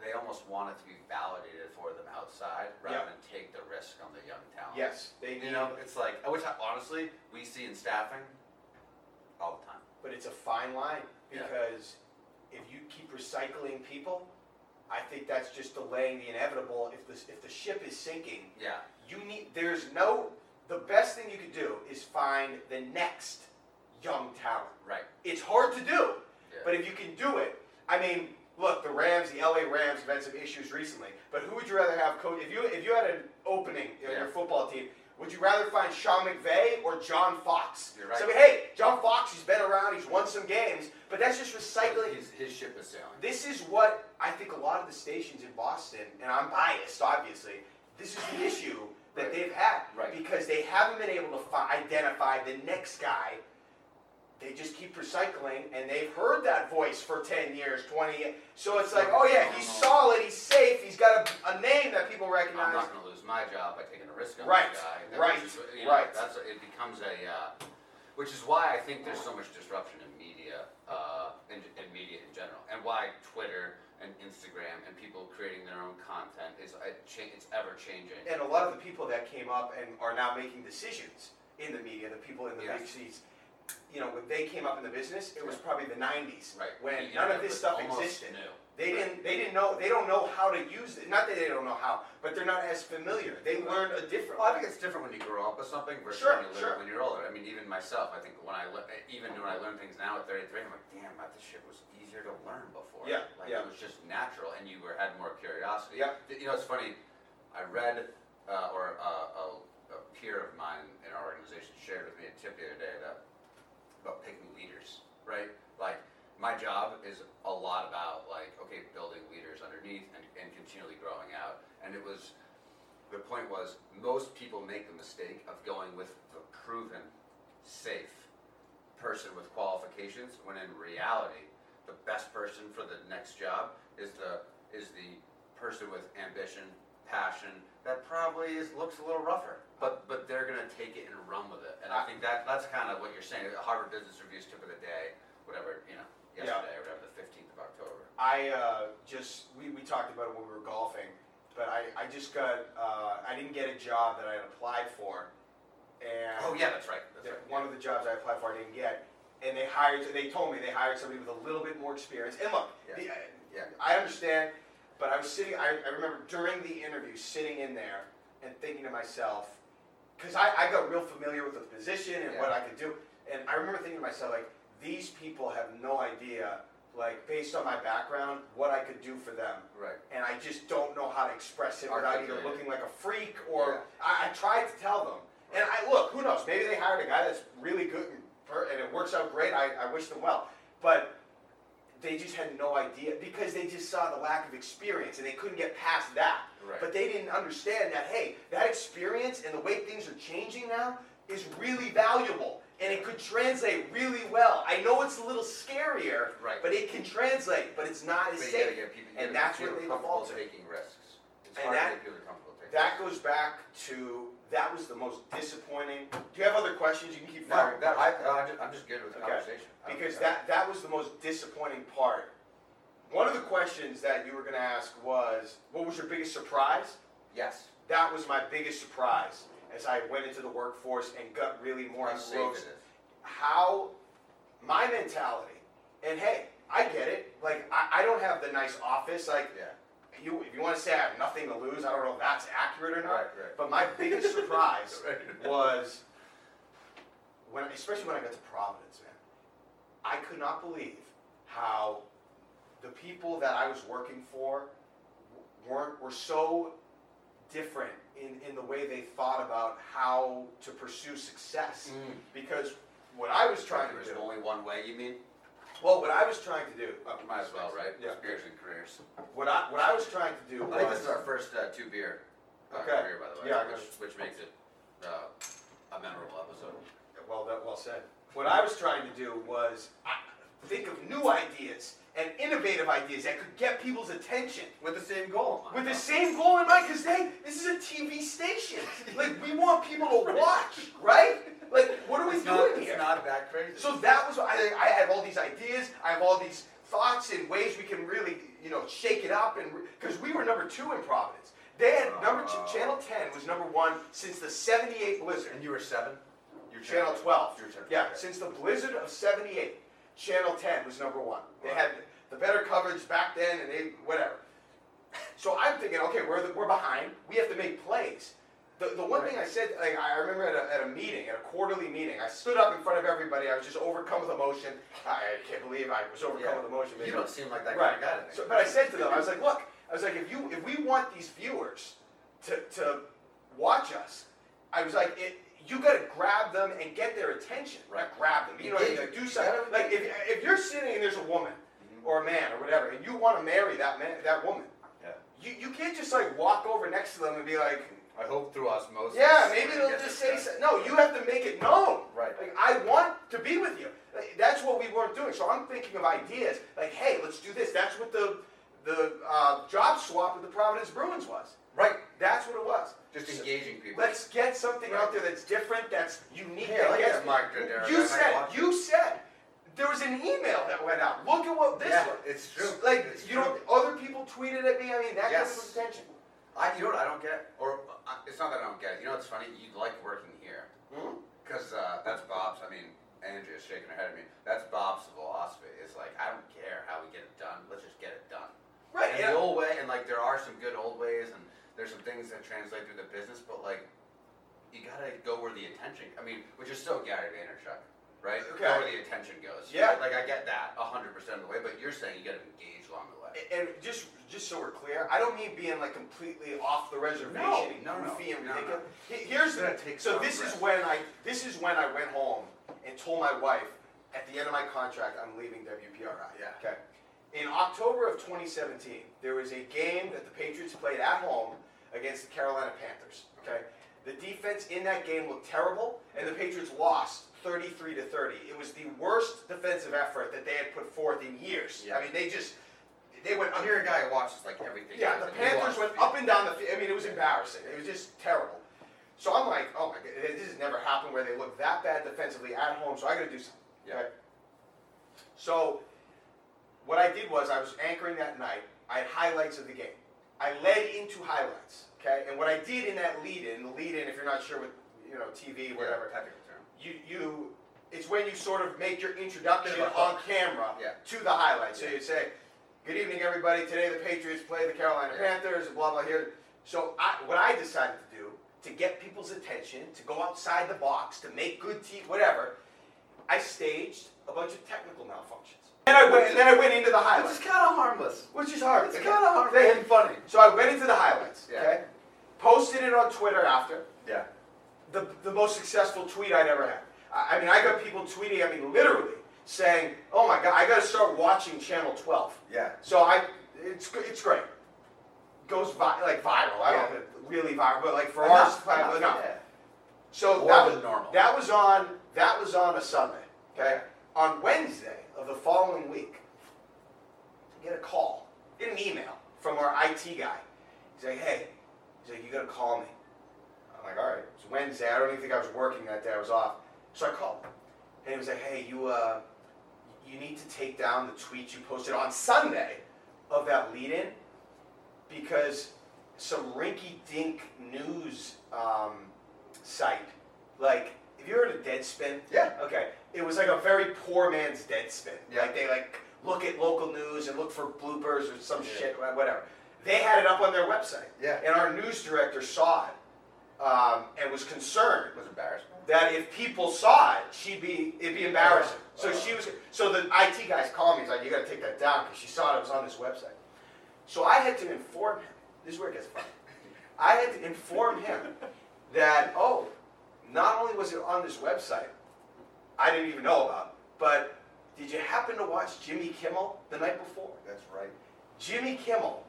A: they almost want it to be validated for them outside rather
B: Yeah.
A: than take the risk on the young talent.
B: Yes, they
A: You
B: need,
A: know, it's like, which I, honestly, we see in staffing all the time.
B: but it's a fine line
A: Yeah.
B: because if you keep recycling people, I think that's just delaying the inevitable. If the if the ship is sinking,
A: Yeah.
B: you need there's no the best thing you can do is find the next young talent.
A: Right.
B: It's hard to do,
A: Yeah.
B: but if you can do it, I mean, look, the Rams, the LA Rams have had some issues recently. But who would you rather have coach? If you if you had an opening in
A: Yeah.
B: your football team, would you rather find Sean McVay or John Fox?
A: You're right.
B: So hey, John Fox, he's been around, he's won some games, but that's just recycling.
A: his, his ship is sailing.
B: This is what I think a lot of the stations in Boston, and I'm biased, obviously. This is the issue that
A: Right.
B: they've had
A: Right.
B: because they haven't been able to fi- identify the next guy. They just keep recycling, and they've heard that voice for ten years, twenty. years. So it's like, oh yeah, he's solid, he's safe, he's got a, a name that people
A: Uh-huh. I'm
B: recognize.
A: not going to lose my job by taking a risk on
B: Right,
A: this guy. That-
B: right,
A: which is- you know,
B: right.
A: That's it becomes a, uh, which is why I think there's so much disruption in media, uh, in, in media in general, and why Twitter and Instagram and people creating their own content is uh, cha- it's ever changing.
B: And a lot of the people that came up and are now making decisions in the media, the people in the
A: Yes.
B: big seats, you know, when they came up in the business, it was probably the '90s
A: Right. You
B: when none
A: know,
B: of
A: it
B: this
A: was
B: stuff
A: almost
B: existed.
A: new.
B: They didn't. They didn't know. They don't know how to use it. Not that they don't know how, but they're not as familiar. They learned a different.
A: Well, I think it's different when you grow up with something versus
B: Sure,
A: when, you live,
B: sure.
A: when you're older. I mean, even myself, I think when I le- even when I learn things now at 33, I'm like, damn, I- this shit was easier to learn before.
B: Yeah,
A: like
B: yeah.
A: it was just natural, and you were had more curiosity.
B: Yeah.
A: Th- You know, it's funny. I read, uh, or uh, a, a peer of mine in our organization shared with me a tip the other day that about picking leaders, right? Like my job is a lot about like okay, building leaders underneath and, and continually growing out. And it was the point was most people make the mistake of going with the proven, safe person with qualifications when in reality the best person for the next job is the is the person with ambition, passion that probably is looks a little rougher. But but they're gonna take it and run with it. And I think that that's kind of what you're saying. Harvard Business Review's tip of the day, whatever, you know,
B: Yeah.
A: yesterday or whatever, the fifteenth of October.
B: I uh, just we, we talked about it when we were golfing, but I, I just got uh, I didn't get a job that I had applied for, and
A: Oh yeah, that's right. That's
B: that
A: right.
B: one of the jobs I applied for I didn't get, and they hired. They told me they hired somebody with a little bit more experience. And look, the,
A: Yeah. Yeah.
B: I understand, but I was sitting. I, I remember during the interview, sitting in there and thinking to myself, because I, I got real familiar with the position and what
A: Yeah.
B: I could do, and I remember thinking to myself like, these people have no idea, like based on my background, what I could do for them
A: Right.
B: and I just don't know how to express it without either
A: Articulate it.
B: looking like a freak or
A: Yeah.
B: I, I tried to tell them. And I look, who knows? Maybe they hired a guy that's really good and, per, and it works out great. I, I wish them well, but they just had no idea because they just saw the lack of experience and they couldn't get past that.
A: Right.
B: But they didn't understand that hey, that experience and the way things are changing now is really valuable and it could translate really well. I know it's a little scarier,
A: Right.
B: but it can translate, but it's not as
A: But you
B: safe.
A: gotta get people, you gotta
B: and that's
A: get
B: what
A: people
B: they
A: comfortable
B: defaulted.
A: taking risks. It's
B: And
A: hard
B: that-
A: to get people comfortable taking
B: That
A: risks.
B: goes back to that was the most disappointing. Do you have other questions? You can keep
A: No,
B: firing.
A: that, I, I'm just, I'm just good with the
B: Okay.
A: conversation. I don't-
B: because
A: I-
B: that that was the most disappointing part. One of the questions that you were going to ask was, "What was your biggest surprise?"
A: Yes.
B: That was my biggest surprise as I went into the workforce and got really more
A: How safe it
B: engrossed
A: is.
B: how my mentality. And hey, I get it. Like I, I don't have the nice office. Like
A: Yeah.
B: you, if you want to say I have nothing to lose, I don't know if that's accurate or not.
A: Right, right.
B: But my biggest surprise
A: Right.
B: was when, especially when I got to Providence, man. I could not believe how the people that I was working for weren't were so different in, in the way they thought about how to pursue success.
A: Mm.
B: Because what I was trying to
A: There's
B: do,
A: only one way, you mean?
B: well, what I was trying to do, uh,
A: Might as well, right?
B: Yeah.
A: Beers and careers.
B: What I what I was trying to do
A: I think this is
B: was
A: our first uh, two beer uh,
B: Okay.
A: career, by the way,
B: Yeah, I
A: which,
B: got it.
A: which makes it uh, a memorable episode.
B: Well, that, well said. What I was trying to do was I- think of new ideas and innovative ideas that could get people's attention
A: With the same goal.
B: with the same goal in mind. Because they, this is a TV station. Like we want people to watch, right? Like what are we
A: It's
B: doing
A: not, it's
B: here?
A: not that crazy.
B: So that was I, I have all these ideas. I have all these thoughts and ways we can really, you know, shake it up. And because we were number two in Providence, they had number
A: Uh.
B: two. Channel Ten was number one since the '78 blizzard.
A: And you were seven. You were
B: Channel 12.
A: You were channel
B: yeah,
A: 12,
B: since the blizzard of 78, Channel 10 was number one. They had the better coverage back then and they, whatever. So I'm thinking, okay, we're, the, we're behind. We have to make plays. The, the one thing I said, like, I remember at a, at a meeting, at a quarterly meeting, I stood up in front of everybody. I was just overcome with emotion. I, I can't believe I was overcome
A: Yeah.
B: with emotion.
A: You don't seem like that kind
B: Right.
A: of guy to me.
B: So, but I said to them, I was like, look, I was like, if you, if we want these viewers to, to watch us, I was like, it, you got to grab them and get their attention. Right.
A: Right.
B: grab them. You know, what I mean? like, do something. Like if, if you're sitting and there's a woman
A: Mm-hmm.
B: or a man or whatever, and you want to marry that man, that woman,
A: yeah.
B: you, you can't just like walk over next to them and be like,
A: I hope through osmosis.
B: yeah,
A: we
B: maybe
A: can
B: they'll
A: get this
B: just say
A: done.
B: something. No, you have to make it known.
A: Right.
B: Like, I want to be with you. Like, That's what we weren't doing. So I'm thinking of ideas like, hey, let's do this. That's what the the uh, job swap with the Providence Bruins was.
A: Right.
B: That's what it was.
A: Just
B: So-
A: engaging people.
B: Let's get something out there that's different, that's unique.
A: Yeah, I like
B: gets-
A: that Mark Dodaro. I
B: You
A: might
B: said,
A: watch
B: you said, there was an email that went out. Look at what this
A: Yeah,
B: was.
A: it's true.
B: Like
A: It's
B: you know,
A: true.
B: other people tweeted at me. I mean, that
A: Yes.
B: gets attention.
A: I, you know what I don't get, or uh, it's not that I don't get it. You know what's funny? You like working here because uh, that's Bob's. I mean, Andrea's shaking her head at me. That's Bob's philosophy. It's like I don't care how we get it done. Let's just get it done.
B: Right.
A: And
B: yeah.
A: the old way, and like there are some good old ways, and there's some things that translate through the business, but like you gotta go where the attention. I mean, which is so Gary Vaynerchuk, right?
B: Okay.
A: Go where the attention goes.
B: Yeah.
A: Like I get that hundred percent of the way, but you're saying you gotta engage along the way.
B: And just just so we're clear, I don't mean being like completely off the reservation
A: No,
B: and
A: no, no,
B: goofy and
A: no, no.
B: ridiculous. He- Here's
A: Gotta
B: the
A: take
B: so
A: some
B: this is
A: rest.
B: when I this is when I went home and told my wife at the end of my contract I'm leaving WPRI.
A: Yeah.
B: Okay. In October of 2017, there was a game that the Patriots played at home against the Carolina Panthers. Okay. The defense in that game looked terrible, and the Patriots lost 33 to 30. It was the worst defensive effort that they had put forth in years.
A: Yeah.
B: I mean, they just they went
A: I'm here a guy who watches like everything.
B: yeah, the
A: Like, he
B: Panthers
A: watches
B: went
A: the-
B: up and down the field. I mean, it was embarrassing. It was just terrible. So I'm like, oh my god, this has never happened where they look that bad defensively at home. So I got to do something.
A: Yeah.
B: So what I did was I was anchoring that night. I had highlights of the game. I led into highlights. Okay, and what I did in that lead-in, the lead-in, if you're not sure with you know TV, whatever,
A: Whatever technical term.
B: you you it's when you sort of make your introduction
A: Bit of a
B: on
A: hook.
B: camera
A: Yeah.
B: to the highlights. So
A: Yeah.
B: you say, "Good evening, everybody. Today the Patriots play the Carolina
A: Yeah.
B: Panthers." Blah blah. Here, so I, what I decided to do to get people's attention, to go outside the box, to make good tea, whatever, I staged a bunch of technical malfunctions. And I went, and then I went into the
A: This
B: highlights,
A: is kind of harmless.
B: which is hard.
A: It's kind of harmless
B: They-
A: and funny.
B: So I went into the highlights.
A: Yeah.
B: Okay, posted it on Twitter after
A: Yeah.
B: the, the most successful tweet I'd ever had. I, I mean, I got people tweeting, I mean, literally saying, oh my God, I got to start watching Channel 12.
A: Yeah.
B: So I, it's, gr- it's great. Goes vi- like viral. I don't
A: Yeah.
B: know, really viral, but like for ours,
A: Enough,
B: viral
A: enough,
B: enough.
A: yeah.
B: So
A: More
B: that
A: than
B: was,
A: normal.
B: that was on that was on a Sunday. Okay,
A: Okay.
B: on Wednesday of the following week, I get a call, get an email from our IT guy. He's like, "Hey, he's like, you gotta call me." I'm like, "All right." It's Wednesday. I don't even think I was working that day. I was off. So I called, him. and he was like, "Hey, you uh, you need to take down the tweet you posted on Sunday of that lead-in because some rinky-dink news um, site, like if you heard of Deadspin,
A: Yeah.
B: okay, it was like a very poor man's Deadspin.
A: Yeah.
B: Like they like look at local news and look for bloopers or some
A: Yeah.
B: shit, wha- whatever. They had it up on their website,
A: Yeah.
B: and our news director saw it um, and was concerned
A: It was embarrassing.
B: that if people saw it, she'd be it'd be embarrassing. So
A: Uh.
B: she was. So the IT guys called me. He's like, "You got to take that down because she saw it. It was on this website." So I had to inform him. This is where it gets fun. I had to inform him that oh, not only was it on this website, I didn't even know about, but did you happen to watch Jimmy Kimmel the night before?
A: That's right.
B: Jimmy Kimmel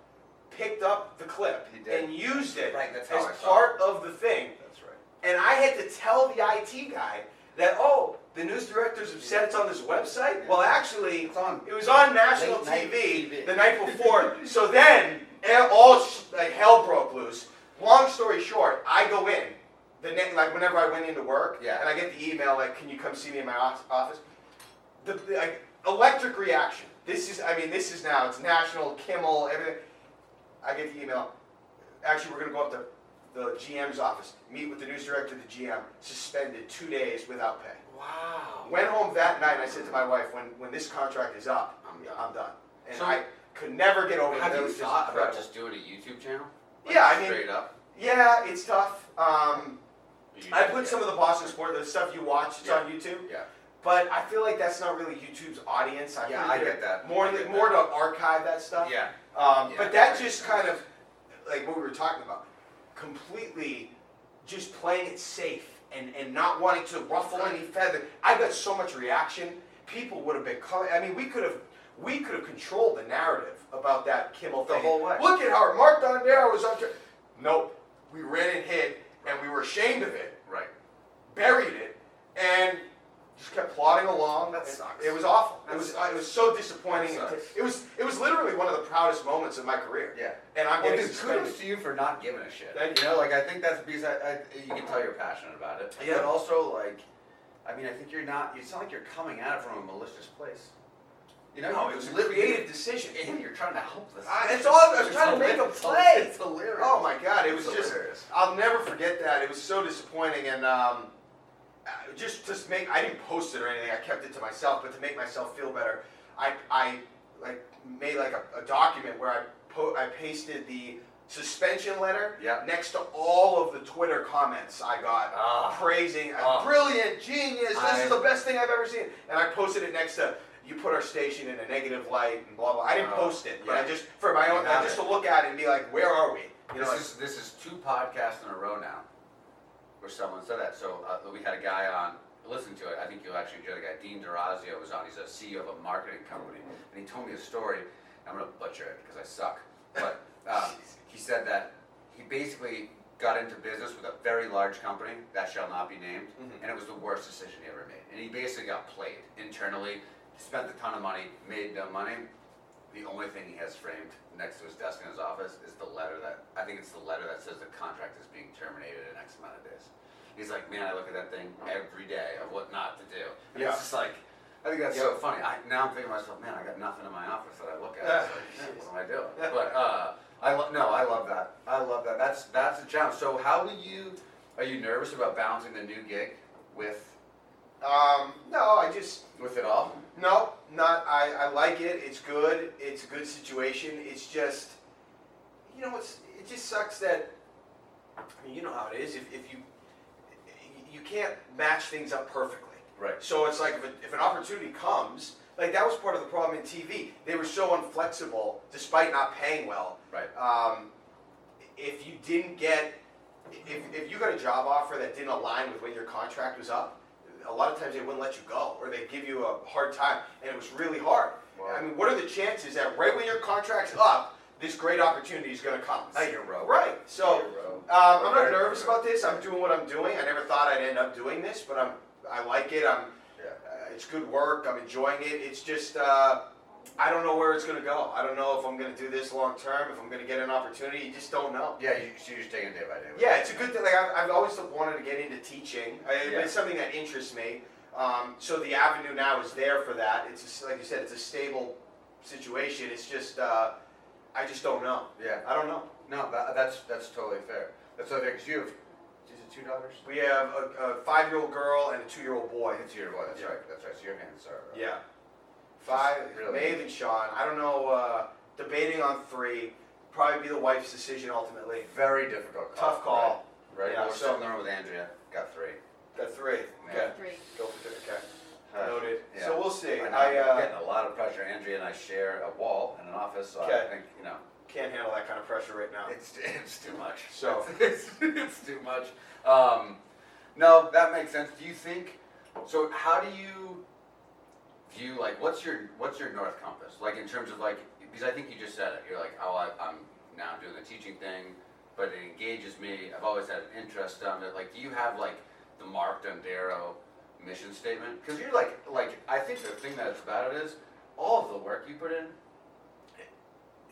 B: picked up the clip
A: He did.
B: and used it
A: Right, that's how
B: as
A: I saw
B: part of the thing.
A: That's right.
B: And I had to tell the IT guy that, oh, the news director's upset it's on this website? Well, actually,
A: It's on.
B: it was on national
A: Late night
B: TV,
A: TV.
B: the night before. so then, eh, all sh- like hell broke loose. Long story short, I go in, the ne- like whenever I went into work,
A: Yeah.
B: and I get the email, like, can you come see me in my off- office? The, the, like, electric reaction. This is, I mean, this is now, it's national, Kimmel, everything. I get the email. Actually, we're going to go up to the GM's office, meet with the news director, the GM, suspended two days without pay.
A: Wow.
B: Went home that night and I said to my wife, when, when this contract is up,
A: I'm done.
B: I'm done. And
A: So-
B: I could never get over
A: Have
B: that. It
A: you
B: was just
A: thought about
B: incredible.
A: just doing a YouTube channel?
B: Yeah, I mean-
A: straight up.
B: Yeah, it's tough. Um,
A: You
B: I
A: should
B: put
A: get-
B: some of the Boston sport, the stuff you watch, it's on YouTube.
A: Yeah.
B: But I feel like that's not really YouTube's audience. I
A: Yeah,
B: feel
A: I
B: they're
A: get that.
B: More,
A: I get
B: more
A: that.
B: to archive that stuff.
A: Yeah.
B: Um,
A: Yeah,
B: but
A: that
B: that
A: makes
B: just
A: sense.
B: kind of, like what we were talking about, completely just playing it safe and, and not wanting to ruffle any feather. I got so much reaction. People would have been calling. I mean, we could have we could have controlled the narrative about that Kimmel
A: The
B: thing.
A: whole way.
B: Look at how Mark Dondero was up to. Nope. We ran and hit, and we were ashamed of it
A: Right.
B: buried it, and just kept plodding along.
A: That
B: And
A: sucks.
B: It was awful.
A: That
B: it was
A: sucks.
B: it was so disappointing.
A: That sucks.
B: It was it was literally one of the proudest moments of my career.
A: Yeah.
B: And I'm
A: Well,
B: getting
A: dude, kudos
B: suspended.
A: to you for not giving a shit.
B: Thank
A: you know, like I think that's because I, I, you can tell you're passionate about it.
B: Yeah.
A: But also, like, I mean, I think you're not. You sound like you're coming at it from a malicious place. You know,
B: No,
A: you
B: it was a
A: lit-
B: creative decision.
A: And you're trying to help this.
B: I- it's all- I was
A: It's
B: trying to make a
A: hilarious.
B: play.
A: It's hilarious.
B: Oh my god, it was
A: It's
B: just
A: hilarious.
B: I'll never forget that. It was so disappointing and um uh, just just make I didn't post it or anything. I kept it to myself, but to make myself feel better, I I like made like a, a document where I po- I pasted the suspension letter
A: Yeah.
B: next to all of the Twitter comments I got
A: Ah.
B: praising
A: Ah.
B: brilliant genius. This
A: I-
B: is the best thing I've ever seen. And I posted it next to you put our station in a negative light and blah blah. I didn't
A: Oh,
B: post it, but I
A: yeah.
B: just for my own
A: You have
B: just
A: it.
B: to look at it and be like, where are we? You know,
A: this
B: like,
A: is this is two podcasts in a row now, where someone said that. So uh, we had a guy on. Listen to it. I think you'll actually enjoy the guy. Dean DeRazio was on. He's a CEO of a marketing company, and he told me a story. I'm gonna butcher it because I suck. But um, he said that he basically got into business with a very large company that shall not be named,
B: Mhm.
A: and it was the worst decision he ever made. And he basically got played internally. Spent a ton of money, made no money, the only thing he has framed next to his desk in his office is the letter that I think it's the letter that says the contract is being terminated in X amount of days. He's like, man, I look at that thing every day of what not to do. And
B: Yeah.
A: it's just like, I think that's so funny. I, now I'm thinking to myself, man, I got nothing in my office that I look at. It's like, man, what am I doing? But uh, I lo- no, I love that. I love that. That's that's a challenge. So how do you? Are you nervous about balancing the new gig with
B: Um, no, I just
A: with it all?
B: no, not. I, I like it. It's good. It's a good situation. It's just, you know, it's it just sucks that. I mean, you know how it is. If, if you you can't match things up perfectly.
A: Right.
B: So it's like if, a, if an opportunity comes, like that was part of the problem in TV. They were so unflexible, despite not paying well.
A: Right.
B: Um, if you didn't get, if, if you got a job offer that didn't align with when your contract was up, a lot of times they wouldn't let you go, or they'd give you a hard time, and it was really hard.
A: Wow.
B: I mean, what are the chances that right when your contract's up, this great opportunity is going to come?
A: Hey, you're right.
B: Right. So.
A: You're right.
B: Um, I'm not nervous about this. I'm doing what I'm doing. I never thought I'd end up doing this, but I'm. I like it. I'm.
A: Yeah.
B: Uh, it's good work. I'm enjoying it. It's just. Uh, I don't know where it's gonna go. I don't know if I'm gonna do this long term. If I'm gonna get an opportunity, you just don't know.
A: Yeah, you, so you're just taking it day by day. with
B: Yeah,
A: it.
B: it's a good thing. Like I've, I've always wanted to get into teaching. I,
A: Yeah.
B: It's something that interests me. Um, so the avenue now is there for that. It's just, like you said. It's a stable situation. It's just. Uh, I just don't know.
A: Yeah.
B: I don't know.
A: No, that, that's that's totally fair. That's totally fair because you have. Is it two daughters?
B: We have a, a five-year-old girl and a two-year-old boy.
A: It's your boy. That's
B: Yeah.
A: right. That's right. So your hands are. uh,
B: Yeah. Five,
A: really-
B: Maeve and Sean. I don't know, uh, debating on three. Probably be the wife's decision ultimately.
A: Very difficult. Call,
B: Tough call.
A: Right. right?
B: Yeah,
A: Well, we're
B: so-
A: still in the room with Andrea. Got three.
B: Got three.
A: Yeah.
B: Okay.
C: Three.
B: Go for three. Okay.
A: Uh,
B: Noted.
A: yeah.
B: So we'll see.
A: I, know,
B: I
A: I'm
B: uh,
A: getting a lot of pressure. Andrea and I share a wall and an office, so I
B: Okay.
A: think you know
B: can't handle that kind of pressure right now.
A: it's it's too much.
B: So-
A: it's, it's too much. Um, no, that makes sense. Do you think? So how do you view like what's your what's your north compass like in terms of like because I think you just said it. You're like oh I, I'm now doing the teaching thing, but it engages me. I've always had an interest on it. Like do you have like the Mark Dondero mission statement? Because you're like like I think the thing that's about it is all of the work you put in. it-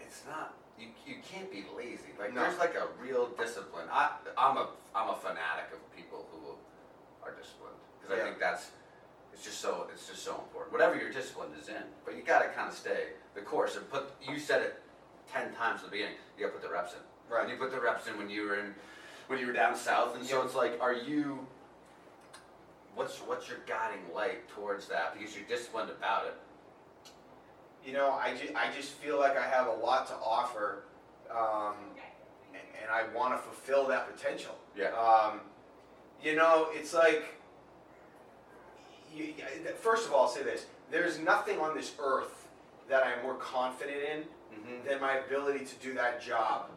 A: It's not you, you can't be lazy. Like
B: No.
A: there's like a real discipline. I I'm a I'm a fanatic of people who are disciplined because I
B: Yeah.
A: think that's it's just so it's just so important. Whatever your discipline is in, but you got to kind of stay course and put. You said it ten times at the beginning. You got to put the reps in.
B: Right.
A: And you put the reps in when you were in, when you were down south, and so
B: Yeah.
A: it's like, are you? What's what's your guiding light towards that? Because you're disciplined about it.
B: you know, I, ju- I just feel like I have a lot to offer, um, and, and I want to fulfill that potential.
A: Yeah.
B: Um, you know, it's like, you, y- first of all, I'll say this there's nothing on this earth that I'm more confident in
A: Mm-hmm.
B: than my ability to do that job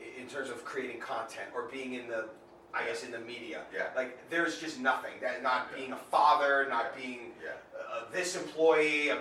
B: i- in terms of creating content or being in the, I guess, in the media.
A: Yeah.
B: Like, there's just nothing. That not
A: Yeah.
B: being a father, not
A: Yeah.
B: being
A: Yeah.
B: uh, this employee, a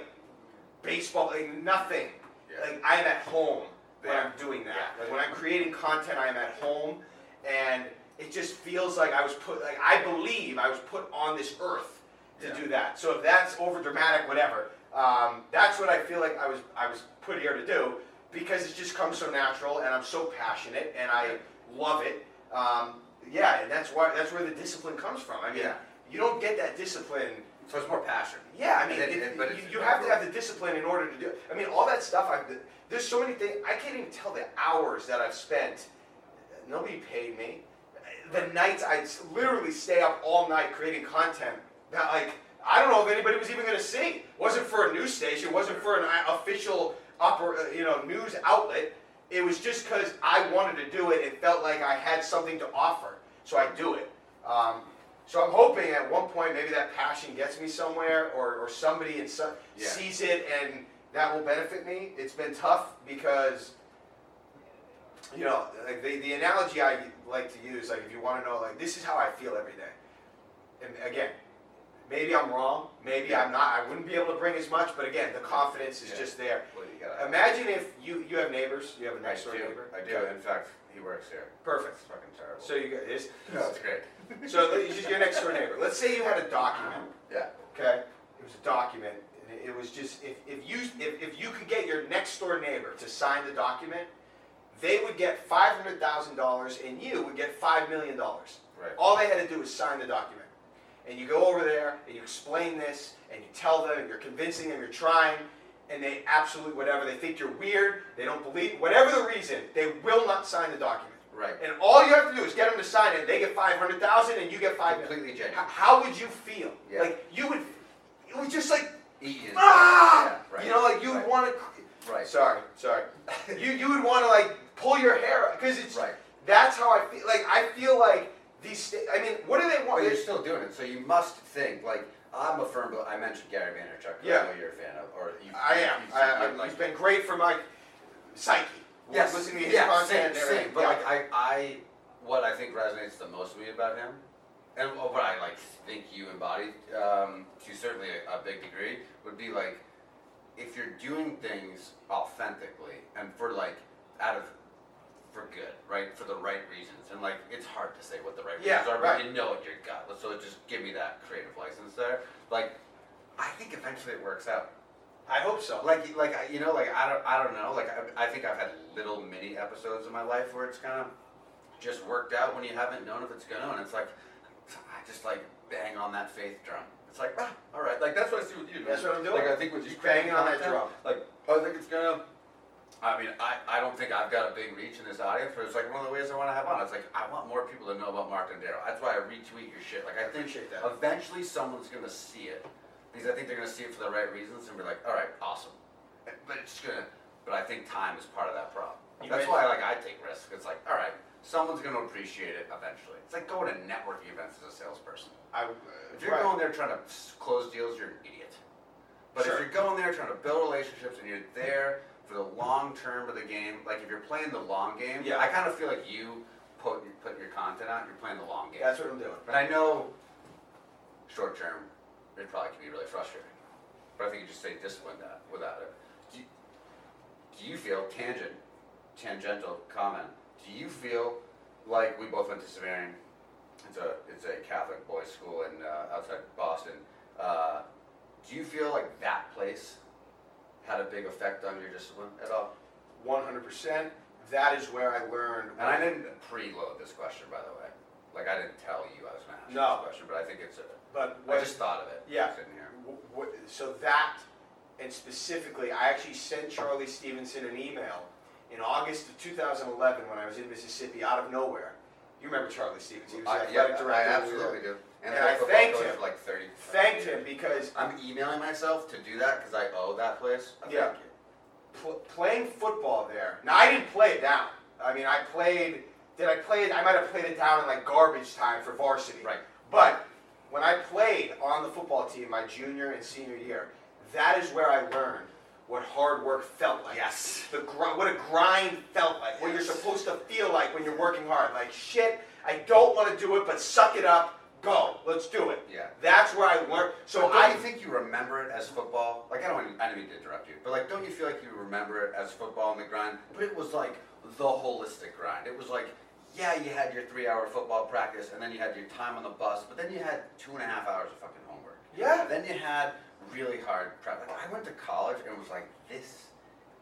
B: baseball, like nothing.
A: Yeah.
B: Like I'm at home when
A: Yeah.
B: I'm doing that.
A: Yeah.
B: Like when I'm creating content, I'm at home, and it just feels like I was put. Like I believe I was put on this earth to
A: Yeah.
B: do that. So if that's over dramatic, whatever. Um, that's what I feel like I was I was put here to do because it just comes so natural, and I'm so passionate, and I love it. Um, yeah, and that's why that's where the discipline comes from. I mean,
A: Yeah.
B: you don't get that discipline
A: So it's more passion.
B: yeah, I mean,
A: And it-
B: it-
A: and- but it's-
B: you, you have to have the discipline in order to do. it. I mean, all that stuff. I've been- there's so many things I can't even tell the hours that I've spent. Nobody paid me. The nights I'd s- literally stay up all night creating content that like I don't know if anybody was even going to see. Wasn't for a news station. Wasn't for an uh, official oper, uh, you know news outlet. It was just because I wanted to do it. It felt like I had something to offer, so I do it. Um, so I'm hoping at one point maybe that passion gets me somewhere, or, or somebody in some,
A: Yeah.
B: sees it and that will benefit me. It's been tough because you know, like the, the analogy I like to use, like if you want to know, like this is how I feel every day. And again, maybe I'm wrong, maybe I'm not. I wouldn't be able to bring as much, but again, the confidence is
A: Yeah.
B: just there.
A: Well, you gotta-
B: Imagine if you you have neighbors, you have a
A: I
B: next door
A: do.
B: neighbor.
A: I do. In fact, he works here.
B: Perfect.
A: It's fucking terrible.
B: So you got this.
A: no, it's great.
B: So the- just your next door neighbor. Let's say you had a document.
A: Yeah.
B: Okay. It was a document. And it- it was just if, if you if, if you could get your next door neighbor to sign the document, they would get five hundred thousand dollars and you would get five million dollars.
A: Right.
B: All they had to do was sign the document. And you go over there and you explain this and you tell them and you're convincing them, you're trying, and they absolutely whatever, they think you're weird, they don't believe whatever the reason, they will not sign the document.
A: Right.
B: And all you have to do is get them to sign it, they get five hundred thousand and you get five million.
A: Completely
B: H-
A: genuine.
B: How would you feel?
A: Yeah.
B: Like you would, it was just like
A: He is.
B: ah,
A: Yeah, right.
B: you know, like you
A: Right.
B: would want to.
A: Right.
B: Sorry, sorry. you you would want to like pull your hair out because it's
A: Right.
B: That's how I feel. Like I feel like these. sta- I mean, what do they
A: Well,
B: want?
A: you're still doing it, so you must think like I'm a firm. bel- I mentioned Gary Vaynerchuk. who
B: Yeah.
A: I know you're a fan of, or you.
B: I am.
A: you've seen
B: I, I,
A: him, like-
B: it's been great for my psyche.
A: Yes.
B: listening to his
A: yeah,
B: content.
A: Same,
B: and everything.
A: same. But
B: Yeah.
A: like I, I, what I think resonates the most with me about him, and what I like think you embody um, to certainly a, a big degree would be like, if you're doing things authentically and for like out of for good, right? For the right reasons. And like it's hard to say what the right
B: Yeah,
A: reasons are,
B: right.
A: but you know what your gut. So just give me that creative license there. Like I think eventually it works out.
B: I hope so.
A: Like, like I- you know, like I don't, I don't know. Like I, I think I've had little mini episodes in my life where it's kind of just worked out when you haven't known if it's gonna, and it's like I just like bang on that faith drum. It's like, ah, all right, like that's what I see with you. man.
B: That's what I'm doing.
A: Like I think with you
B: Just banging on that
A: creating
B: drum.
A: content, Like I think it's gonna. I mean, I, I don't think I've got a big reach in this audience, but it's like one of the ways I want to have on. It's like I want more people to know about Mark and Daryl. That's why I retweet your shit. Like I think
B: Appreciate that.
A: eventually someone's gonna see it because I think they're gonna see it for the right reasons and be like, all right, awesome. But it's just gonna. But I think time is part of that problem.
B: You
A: That's
B: bet.
A: why like I take risks. It's like all right, someone's gonna appreciate it eventually. It's like going to networking events as a salesperson.
B: I, uh,
A: If you're
B: right.
A: going there trying to s- close deals, you're an idiot. But
B: Sure.
A: if you're going there trying to build relationships and you're there for the long term of the game, like if you're playing the long game,
B: Yeah.
A: I kind of feel like you put put your content out, you're playing the long game.
B: that's what I'm doing.
A: But I know short term, it probably can be really frustrating. But I think you just stay disciplined that without it. Do you, do you feel tangent, tangential comment? Do you feel like we both went to Severian? It's a it's a Catholic boys' school in uh, outside Boston. Uh, do you feel like that place had a big effect on your discipline at all?
B: 100%. That is where I learned.
A: And I didn't preload this question, by the way. Like I didn't tell you I was going to ask you
B: No.
A: this question, but I think it's a
B: But
A: I
B: what,
A: just thought of it.
B: Yeah.
A: Sitting here.
B: W- w- so that and specifically, I actually sent Charlie Stevenson an email in August of 2011 when I was in Mississippi out of nowhere. You remember Charlie Stevenson? He was
A: I,
B: athletic
A: yeah,
B: director.
A: I
B: at
A: absolutely
B: Louisville.
A: do.
B: And
A: the
B: I
A: football
B: thanked
A: coach
B: him.
A: for like 30.
B: Thanked him because
A: I'm emailing myself to do that because I owe that place. I
B: Yeah.
A: Thank you.
B: pl- playing football there. Now I didn't play it down. I mean, I played. Did I play it? I might have played it down in like garbage time for varsity.
A: Right.
B: But when I played on the football team my junior and senior year, that is where I learned what hard work felt like.
A: Yes.
B: The gr- what a grind felt like. What you're
A: Yes.
B: supposed to feel like when you're working hard. Like shit, I don't want to do it, but suck it up. Go. Let's do it.
A: Yeah.
B: That's where I learned. So
A: So
B: I
A: I think you remember it as football. Like I don't, even, I didn't mean to interrupt you, but like, don't you feel like you remember it as football and the grind? But it was like the holistic grind. It was like, yeah, you had your three-hour football practice, and then you had your time on the bus, but then you had two and a half hours of fucking homework.
B: Yeah.
A: Then you had really hard prep. Like I went to college and was like, this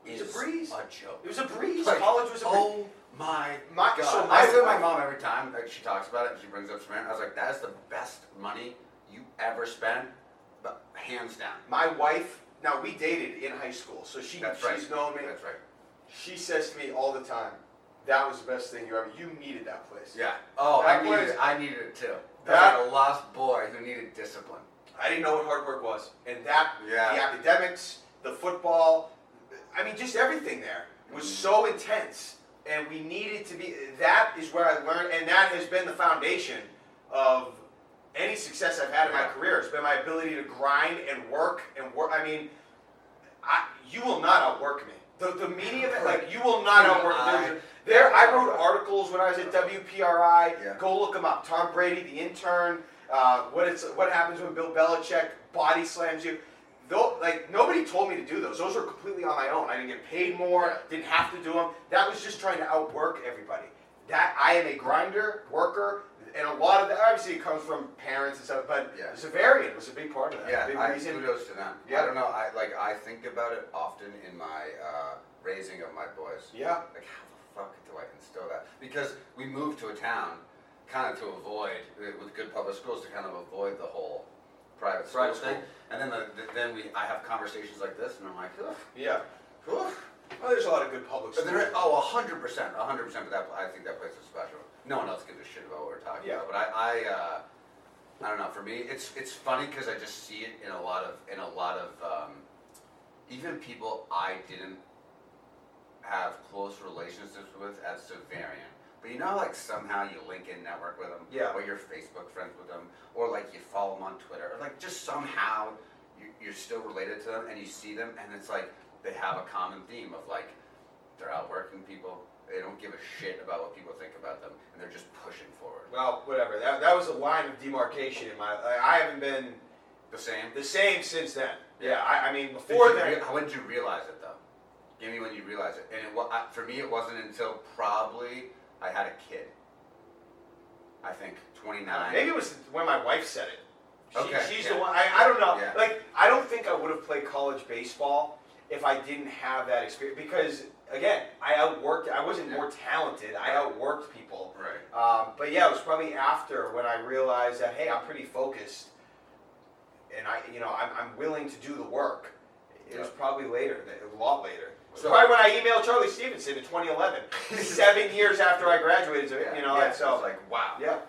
B: It's
A: is
B: a breeze.
A: a joke.
B: it was a breeze.
A: Like,
B: College was a breeze.
A: Oh my,
B: My-
A: god!
B: so
A: I
B: my-
A: say to my mom every time like, she talks about it, and she brings up Samaritan. I was like, that is the best money you ever spent, but hands down.
B: My wife, now we dated in high school, so she
A: That's
B: she's
A: right.
B: known me.
A: That's right.
B: She says to me all the time, "That was the best thing you ever. You needed that place."
A: Yeah. Oh,
B: That
A: I needed.
B: was-
A: I needed it too.
B: That-
A: That like a lost boy who needed discipline.
B: I didn't know what hard work was, and that
A: Yeah.
B: the academics, the football, I mean, just everything there was so intense, and we needed to be. That is where I learned, and that has been the foundation of any success I've had in my
A: Yeah.
B: career. It's been my ability to grind and work and work. I mean, I, you will not outwork me. The, the media, like you will not
A: Dude,
B: outwork.
A: I-
B: There's- there, I wrote articles when I was at WPRI.
A: Yeah.
B: Go look them up. Tom Brady, the intern. Uh, what it's what happens when Bill Belichick body slams you. Though, like nobody told me to do those. Those were completely on my own. I didn't get paid more. Didn't have to do them. That was just trying to outwork everybody. That I am a grinder, worker, and a lot of that. Obviously, it comes from parents and stuff. But
A: Yeah.
B: Severian was a big part of that.
A: Yeah,
B: big
A: I,
B: reason.
A: kudos to them.
B: Yeah.
A: I don't know. I like. I think about it often in my uh, raising of my boys.
B: Yeah.
A: Like, how the fuck do I instill that? Because we moved to a town, kind of to avoid uh, with good public schools to kind of avoid the whole private school
B: Private
A: thing.
B: school.
A: And then the, the, then we I have conversations like this, and I'm like, ugh,
B: Yeah.
A: ugh.
B: Well, there's a lot of good public
A: But
B: schools.
A: there, oh, hundred percent, hundred percent. But that I think that place is special. No one else gives a shit about what we're talking
B: Yeah.
A: about. But I, I, uh, I don't know. For me, it's it's funny because I just see it in a lot of in a lot of um, even people I didn't have close relationships with at Severian. But you know, like somehow you link in network with them,
B: Yeah.
A: or you're Facebook friends with them, or like you follow them on Twitter, or like just somehow you, you're still related to them, and you see them, and it's like they have a common theme of like they're outworking people. They don't give a shit about what people think about them, and they're just pushing forward.
B: Well, whatever. That, that was a line of demarcation in my. I, I haven't been
A: The same.
B: the same since then. Yeah, I, I mean,
A: Did
B: before
A: you
B: then,
A: rea- how- when did you realize it though? Give me when you realized it. And it, wa- I, for me, it wasn't until probably I had a kid. I think twenty nine.
B: maybe it was when my wife said it. She,
A: Okay,
B: she's
A: yeah.
B: the one. I, I don't know.
A: Yeah.
B: Like, I don't think I would have played college baseball if I didn't have that experience. Because again, I outworked. I wasn't more talented. I outworked people.
A: Right.
B: Um, but yeah, it was probably after when I realized that hey, I'm pretty focused, and I, you know, I'm, I'm willing to do the work. It was
A: Yeah.
B: probably later, that- a lot later.
A: So-
B: probably when I emailed Charlie Stevenson in 2011, seven years after I graduated. so,
A: Yeah,
B: you know,
A: yeah,
B: and so
A: it's like wow.
B: yeah,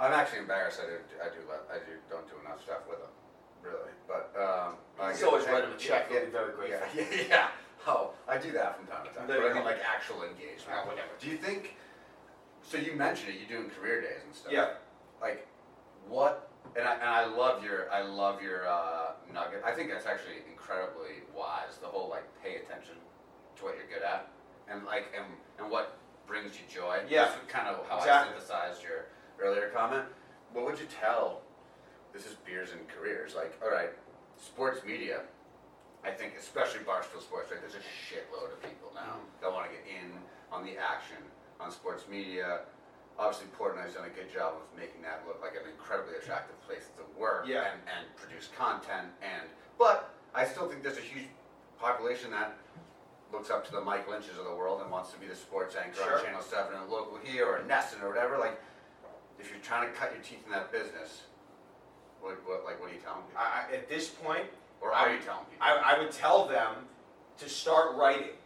A: I'm actually embarrassed. I do. I do. le- I do. Don't do enough stuff with them. Really. But um. I
B: He's
A: get-
B: always writing him a
A: yeah,
B: check, he'll
A: yeah,
B: be very grateful.
A: Yeah, yeah. yeah. Oh, I do that from time to time.
B: There
A: but
B: you
A: I mean,
B: go.
A: like actual engagement.
B: Ah, whatever.
A: Do you think? So you mentioned it. You're doing career days and stuff.
B: yeah.
A: like what and I, and I love your I love your uh, nugget. I think that's actually incredibly wise. The whole like pay attention to what you're good at and like and, and what brings you joy.
B: Yeah.
A: That's kind of how
B: Exactly.
A: I synthesized your earlier comment. What would you tell? This is beers and careers. Like all right, sports media. I think especially Barstool Sports. Right, there's a shitload of people now that want to get in on the action on sports media obviously Portnoy's done a good job of making that look like an incredibly attractive place to work
B: Yeah.
A: and, and produce content and but I still think there's a huge population that looks up to the Mike Lynch's of the world and wants to be the sports anchor
B: Sure.
A: on Channel Seven and local here or Nesson or whatever. Like if you're trying to cut your teeth in that business, what, what like what are you telling people?
B: I, I, at this point,
A: Or are you telling people?
B: I, I would tell them to start writing.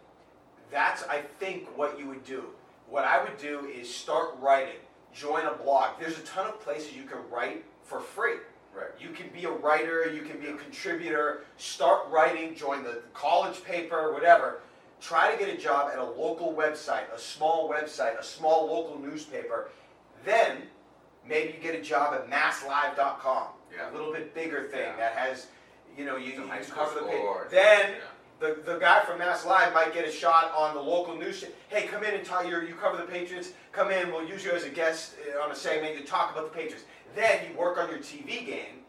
B: That's, I think, what you would do. What I would do is start writing, join a blog. There's a ton of places you can write for free.
A: Right.
B: You can be a writer, you can be a contributor, start writing, join the college paper, whatever. Try to get a job at a local website, a small website, a small local newspaper. Then maybe you get a job at masslive.com,
A: Yeah.
B: a little bit bigger thing
A: Yeah.
B: that has, you know, you,
A: Some
B: you
A: high school
B: cover the page.
A: score.
B: Then
A: Yeah.
B: the, the guy from Mass Live might get a shot on the local news. sh- Hey, come in and talk. You you cover the Patriots. Come in. We'll use you as a guest uh, on a segment. You talk about the Patriots. Then you work on your TV game,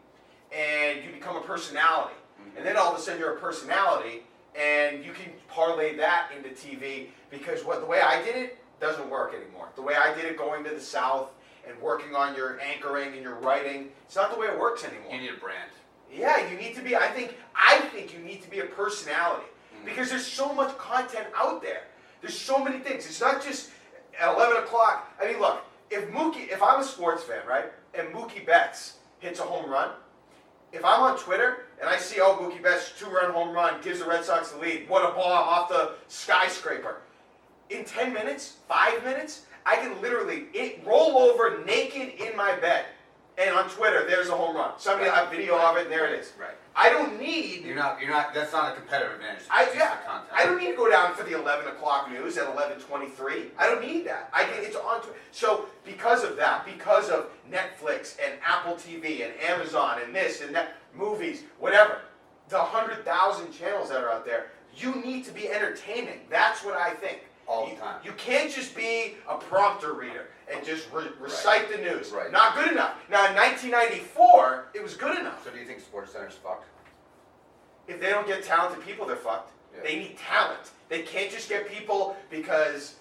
B: and you become a personality. And then all of a sudden you're a personality, and you can parlay that into TV because what the way I did it doesn't work anymore. The way I did it, going to the South and working on your anchoring and your writing, it's not the way it works anymore.
A: You need a brand.
B: Yeah, you need to be. I think. I think you need to be a personality because there's so much content out there. There's so many things. It's not just at 11 o'clock. I mean, look. If Mookie, if I'm a sports fan, right, and Mookie Betts hits a home run, if I'm on Twitter and I see, oh, Mookie Betts two-run home run gives the Red Sox the lead. What a bomb off the skyscraper! in 10 minutes, five minutes, I can literally it, roll over naked in my bed. And on Twitter, there's a home run. Somebody
A: Right.
B: have video of it, and there it is.
A: Right.
B: I don't need.
A: You're not. You're not. That's not a competitive advantage.
B: I,
A: It's just
B: yeah,
A: the content.
B: I don't need to go down for the 11 o'clock news at 11:23. I don't need that. I can, it's on. Twi- So because of that, because of Netflix and Apple TV and Amazon and this and that, movies, whatever, the hundred thousand channels that are out there, you need to be entertaining. That's what I think.
A: All the
B: You-
A: time.
B: You can't just be a prompter reader and just re- recite the news.
A: Right.
B: Not good enough. Now in 1994, it was good enough.
A: So do you think sports centers fucked?
B: If they don't get talented people, they're fucked.
A: Yeah.
B: They need talent. They can't just get people because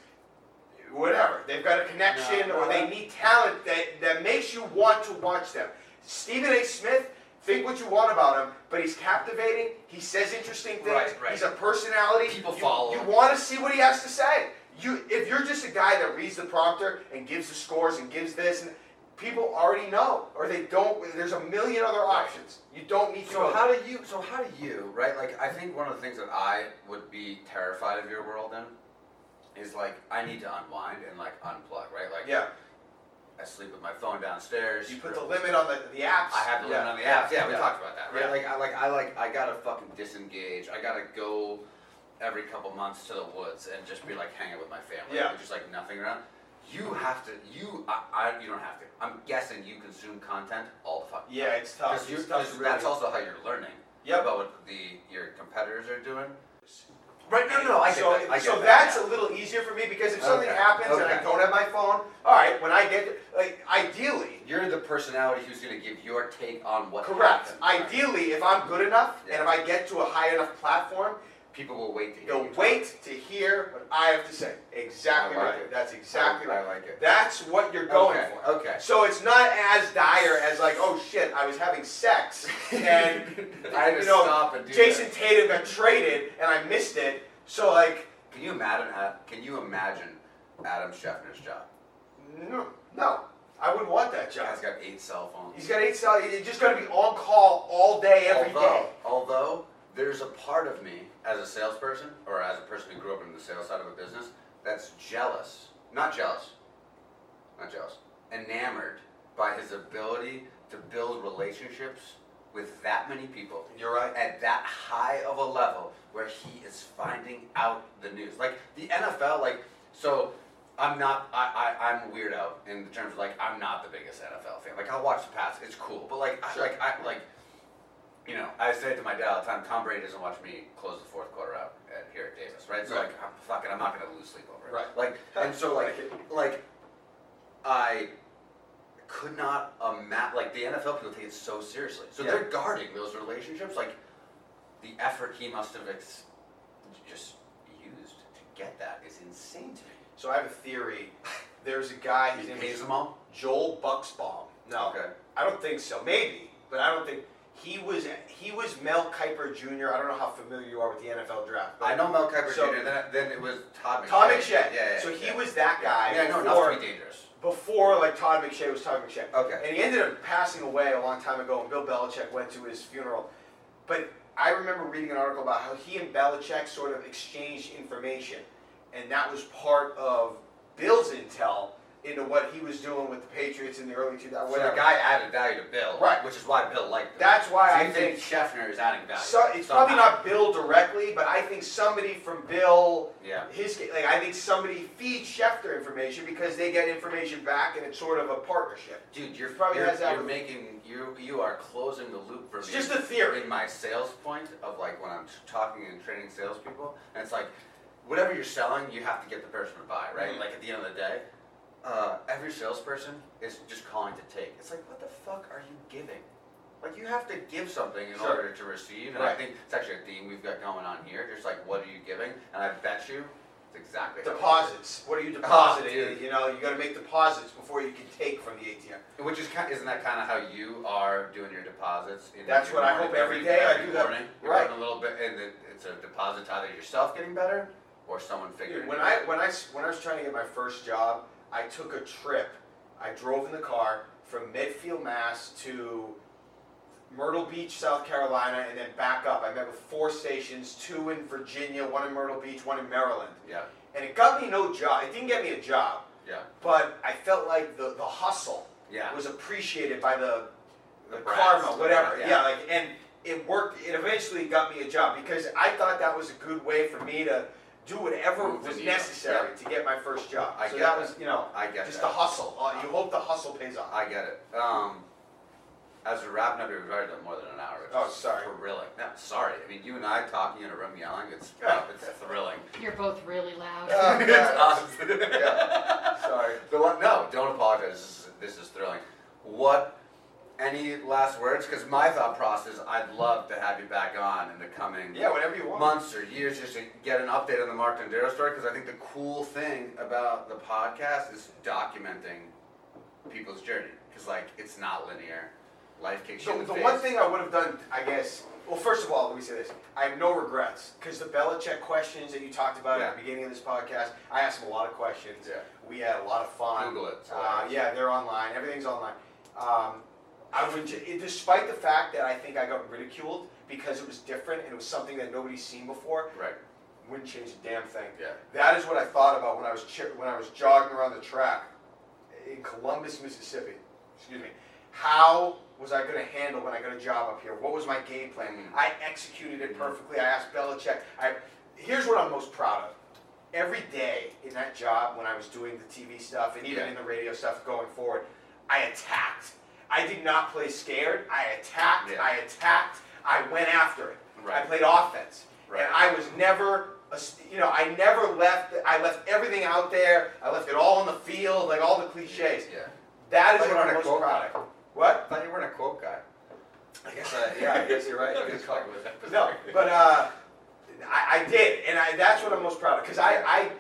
B: whatever. They've got a connection
A: No,
B: or
A: no.
B: they need talent that, that makes you want to watch them. Stephen A. Smith, think what you want about him, but he's captivating. He says interesting things.
A: Right, right.
B: He's a personality.
A: People
B: you,
A: follow
B: You
A: him.
B: want to see what he has to say. You, if you're just a guy that reads the prompter and gives the scores and gives this, and people already know, or they don't. There's a million other options. You don't need to.
A: So
B: go
A: how do you? So how do you? Right? Like I think one of the things that I would be terrified of your world in is like I need to unwind and like unplug. Right? Like
B: Yeah.
A: I sleep with my phone downstairs.
B: You put the limit on the, the apps.
A: I have the limit on the apps. Yeah, we talked about that. Right? Like
B: Yeah.
A: I like I like I gotta fucking disengage. I gotta go every couple months to the woods and just be like hanging with my family.
B: Yeah.
A: With Just like nothing around. You have to. You I, I you don't have to. I'm guessing you consume content all the fucking time.
B: Yeah, it's tough.
A: Because
B: It's tough to
A: that's
B: really-
A: also how you're learning
B: Yep.
A: about what the your competitors are doing. Right? No, no. no, I get
B: so,
A: that. I get
B: so
A: that,
B: that's
A: yeah.
B: a little easier for me because if something
A: Okay,
B: happens and I
A: okay.
B: don't have my phone, all right, when I get like ideally,
A: You're the personality who's going to give your take on what.
B: correct.
A: happened.
B: Ideally, if I'm good enough
A: Yeah.
B: and if I get to a high enough platform,
A: People will wait to hear.
B: they'll
A: you talk.
B: wait to hear what I have to say. Exactly
A: I like
B: right.
A: it.
B: That's exactly
A: I
B: right.
A: like it.
B: That's what you're going
A: Okay,
B: for.
A: okay.
B: So it's not as dire as like, oh shit, I was having sex and
A: I had to
B: you know,
A: stop and do
B: Jason
A: that.
B: Tatum got traded and I missed it. So like,
A: Can you imagine? Can you imagine Adam Scheffner's job?
B: no, no, I wouldn't want that
A: Guy's
B: job.
A: got eight cell phones.
B: He's got eight cell. You just got to be on call all day, every day.
A: although, although there's a part of me as a salesperson or as a person who grew up in the sales side of a business that's jealous, not jealous, not jealous, enamored by his ability to build relationships with that many people
B: You're right.
A: at that high of a level where he is finding out the news. Like the NFL, like so I'm not I, I I'm weirdo in terms of like I'm not the biggest NFL fan. Like I'll watch the Pats, it's cool. But like I,
B: Sure.
A: like I like you know, I say it to my dad all the time, Tom Brady doesn't watch me close the fourth quarter out at, here at Davis, right? So
B: Right.
A: like I'm fucking I'm not gonna lose sleep over it.
B: Right.
A: Like and so like like I could not imagine. Like the NFL people take it so seriously, so
B: Yeah.
A: they're guarding those relationships. Like the effort he must have ex- just used to get that is insane to
B: So I have a theory. There's a guy.
A: me.
B: His
A: He
B: name
A: pays
B: is
A: them all.
B: Joel Bucksbaum. No,
A: Okay.
B: I don't think so. Maybe, but I don't think he was. He was Mel Kiper Jr. I don't know how familiar you are with the NFL draft. but-
A: I know Mel Kiper
B: So-
A: Jr. and Then, then it was Todd McShay.
B: Tom McShay.
A: Yeah, yeah,
B: so he
A: yeah.
B: was that guy.
A: Yeah, no,
B: before-
A: not to be dangerous.
B: before like Todd McShay was Todd
A: Oh,
B: McShay.
A: Okay.
B: And he ended up passing away a long time ago, and Bill Belichick went to his funeral. But I- I remember reading an article about how he and Belichick sort of exchanged information, and that was part of Bill's intel into what he was doing with the Patriots in the early 2000s.
A: When a guy added value to Bill,
B: Right.
A: Which is why Bill liked him.
B: That's why
A: So
B: I
A: you think
B: think-
A: Scheffner is adding value.
B: So, it's probably
A: somehow.
B: not Bill directly, but I think somebody from Bill,
A: Yeah.
B: his like I think somebody feeds Schefter information because they get information back, and it's sort of a partnership.
A: Dude, you're
B: Probably
A: you're,
B: has that
A: you're
B: with-
A: making you you are closing the loop for
B: It's
A: me.
B: just a theory.
A: in my sales point of like when I'm t- talking and training salespeople, and it's like whatever you're selling, you have to get the person to buy, right?
B: Mhm.
A: Like at the end of the day, uh, every salesperson is just calling to take. It's like what the fuck are you giving? Like you have to give something in
B: Sure.
A: order to receive, and I
B: Right.
A: think it's actually a theme we've got going on here. Just like what are you giving, and I bet you it's exactly how it is.
B: Deposits. What are you depositing?
A: dude.
B: you know, you got to make deposits before you can take from the ATM.
A: Which is kind isn't that kind of how you are doing your deposits? In
B: That's
A: your
B: what I
A: morning-
B: hope every day I do that.
A: morning, You're
B: Right.
A: putting a little bit, and it- it's a deposit either yourself getting better or someone figuring.
B: Dude, when
A: it
B: I
A: out.
B: when I s- when I was trying to get my first job, I took a trip. I drove in the car from Medfield, Mass, to Myrtle Beach, South Carolina, and then back up. I met with four stations: two in Virginia, one in Myrtle Beach, one in Maryland.
A: yeah,
B: And it got me no job. It didn't get me a job,
A: yeah,
B: but I felt like the the hustle
A: yeah.
B: was appreciated by the the,
A: The brats,
B: karma,
A: the
B: whatever.
A: brats,
B: Yeah.
A: yeah.
B: like and it worked. It eventually got me a job because I thought that was a good way for me to do whatever
A: Move the
B: was
A: needle,
B: necessary to get my first job.
A: I
B: so
A: get
B: that
A: that.
B: was, you know,
A: I get
B: just
A: that.
B: the hustle. Uh, you hope the hustle pays off.
A: I get it. Um, as we're wrapping up, here, we've already done more than an hour. It's
B: Oh, sorry.
A: Thrilling. No, sorry. I mean, you and I talking in a room yelling, it's
B: Yeah.
A: it's thrilling.
C: You're both really loud.
B: Oh,
A: it's
B: God.
A: us.
B: Yeah. Sorry.
A: The one, no, don't apologize. This is, this is thrilling. What? Any last words? Because my thought process, I'd love to have you back on in the coming
B: Yeah, whatever you want.
A: months or years, just to get an update on the Mark Dondero story. Because I think the cool thing about the podcast is documenting people's journey. Because like, it's not linear. Life kicks you
B: So
A: in the,
B: the
A: face.
B: one thing I would have done, I guess. Well, first of all, let me say this: I have no regrets because the Belichick questions that you talked about at the
A: Yeah.
B: beginning of this podcast, I asked him a lot of questions.
A: Yeah.
B: We had a lot of fun.
A: Google it.
B: Uh, yeah, they're online. Everything's online. Um, I would, ju- despite the fact that I think I got ridiculed because it was different and it was something that nobody's seen before,
A: Right.
B: wouldn't change a damn thing.
A: Yeah.
B: That is what I thought about when I was chi- when I was jogging around the track in Columbus, Mississippi. Excuse me. How was I going to handle when I got a job up here? What was my game plan?
A: Mhm.
B: I executed it perfectly. I asked Belichick. I here's what I'm most proud of. Every day in that job, when I was doing the TV stuff and even
A: Yeah.
B: in the radio stuff going forward, I attacked. I did not play scared. I attacked.
A: Yeah.
B: I attacked. I went after it. I
A: Right.
B: played offense.
A: Right.
B: And I was never, a s- you know, I never left. I left everything out there. I left it all on the field, like all the cliches.
A: Yeah.
B: That is
A: But you
B: what I'm
A: weren't a
B: most
A: quote
B: proud of.
A: I
B: What?
A: thought you weren't a quote guy.
B: I guess I, yeah, I guess you're right.
A: Good talk with that.
B: No, but uh, I, I did, and I, that's what I'm most proud of. Because I, I,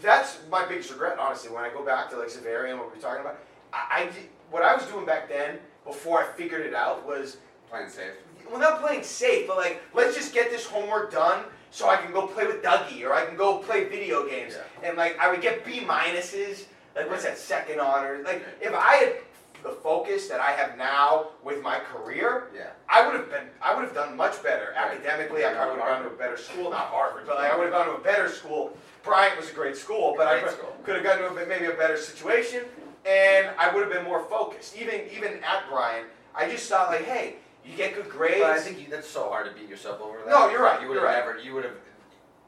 B: that's my biggest regret, honestly. When I go back to like Severian, what we were talking about, I, I did- what I was doing back then before I figured it out was
A: playing safe.
B: well, not playing safe, but like, let's just get this homework done so I can go play with Dougie or I can go play video games. And like, I would get B minuses. Like, what's that, second honor? Like, if I had the focus that I have now with my career,
A: Yeah.
B: I would have been, I would have done much better
A: Right.
B: academically. I probably would have gone to a
A: Harvard.
B: better school, not Harvard, but like, I would have gone to a better school. Bryant was a great school, but I
A: Great school.
B: could have gotten to a bit, maybe a better situation, and I would have been more focused. Even even at Bryant, I just thought like, hey, you get good grades.
A: But I think you, that's so hard to beat yourself over that.
B: No, you're right,
A: You would
B: you're
A: have
B: right.
A: never. You would have,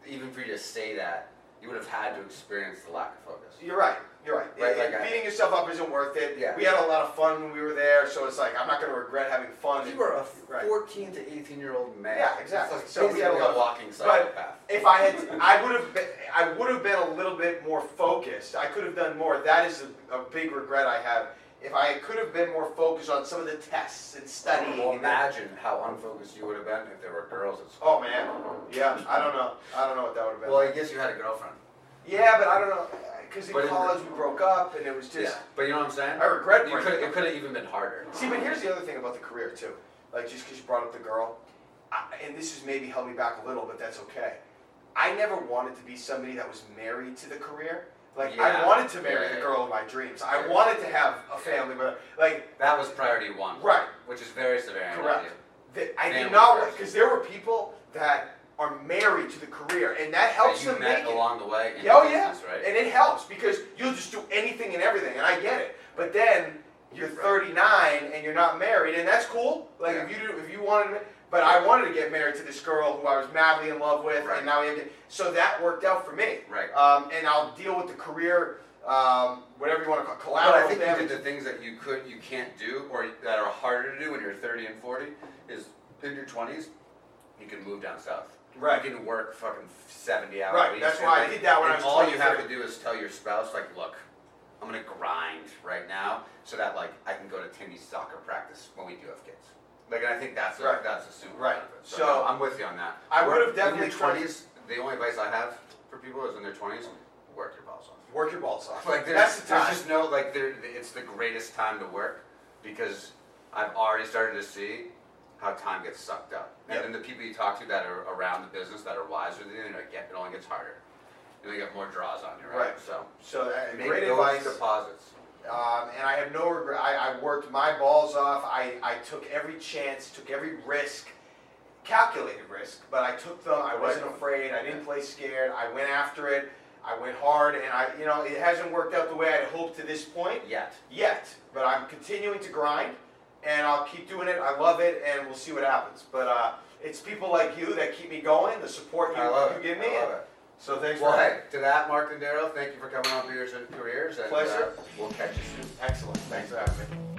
A: even for you to say that, you would have had to experience the lack of focus.
B: you're right. You're right.
A: Right, like
B: It-
A: I-
B: beating yourself up isn't worth it.
A: Yeah.
B: We had a lot of fun when we were there, so it's like I'm not going to regret having fun.
A: You were a
B: Right.
A: 14 to 18 year old man.
B: Yeah, exactly.
A: It's like
B: So we had a
A: basically
B: lot of-
A: walking
B: but-
A: psychopath.
B: If I had, I would have, been, I would have been a little bit more focused. I could have done more. That is a, a big regret I have. If I could have been more focused on some of the tests and studying.
A: Well,
B: and that-
A: imagine how unfocused you would have been if there were girls at school.
B: Oh man, yeah. I don't know. I don't know what that would have been.
A: Well, I guess you had a girlfriend.
B: yeah, but I don't know. Because in
A: But it-
B: college we broke up, and it was just.
A: But you know what I'm saying?
B: I regret
A: You could,
B: breaking
A: it could have even been harder.
B: See, but here's the other thing about the career too. Like just because you brought up the girl, I, and this has maybe held me back a little, but that's okay. I never wanted to be somebody that was married to the career. Like I
A: Yeah.
B: wanted to marry
A: Yeah.
B: the girl of my dreams. I
A: Yeah.
B: wanted to have a family with her. Like
A: That was priority one.
B: Right.
A: Which is very severe.
B: Correct. that I did
A: Family
B: not
A: first.
B: because there were people that are married to the career, and that helps
A: that you
B: them
A: met
B: make it.
A: along the way. In
B: Yeah, oh
A: the
B: yeah,
A: business, right?
B: and it helps because you'll just do anything and everything, and I get it. But then you're
A: Right.
B: 39 and you're not married, and that's cool. Like if
A: Yeah.
B: you do, if you wanted, to- but I wanted to get married to this girl who I was madly in love with,
A: Right.
B: and now we have to, so that worked out for me.
A: Right.
B: Um, and I'll deal with the career, um, whatever you want to call it,
A: But
B: collateral
A: I think you
B: damage.
A: did the things that you could, you can't do, or that are harder to do when you're 30 and 40. Is in your 20s, you can move down south.
B: Right.
A: You can work fucking 70 hours.
B: Right, that's why I did that when I was
A: All you
B: 23.
A: have to do is tell your spouse, like, look, I'm gonna grind right now, so that like I can go to Timmy's soccer practice when we do have kids. Like, and I think that's a,
B: Right.
A: that's a super
B: Right.
A: benefit. So,
B: So-
A: no, I'm with you on that.
B: I
A: Work-
B: would've
A: in your
B: definitely tried-
A: 20s. The only advice I have for people is in their 20s, work your balls off.
B: Work your balls off.
A: Like there's,
B: that's the
A: there's
B: time.
A: just no like there. It's the greatest time to work because I've already started to see how time gets sucked up, and
B: Yep.
A: then the people you talk to that are around the business that are wiser than you, and like, yeah, it only gets harder. And they get more draws on you, right?
B: Right.
A: So
B: so uh,
A: make
B: great
A: those
B: advice.
A: deposits.
B: um, and I have no regret. I, I worked my balls off. I, I took every chance, took every risk, calculated risk, but I took them. I wasn't afraid. I didn't play scared. I went after it. I went hard, and I, you know, it hasn't worked out the way I'd hoped to this point
A: Yet,
B: yet. But I'm continuing to grind, and I'll keep doing it. I love it, and we'll see what happens. But uh, it's people like you that keep me going, the support you,
A: I love
B: you
A: it.
B: give me.
A: I
B: and
A: love it.
B: So thanks
A: Well,
B: for
A: hey, to that, Mark and Daryl, thank you for coming on Beers and Careers, and uh,
B: Pleasure.
A: we'll catch you soon.
B: Excellent. Thanks for having me.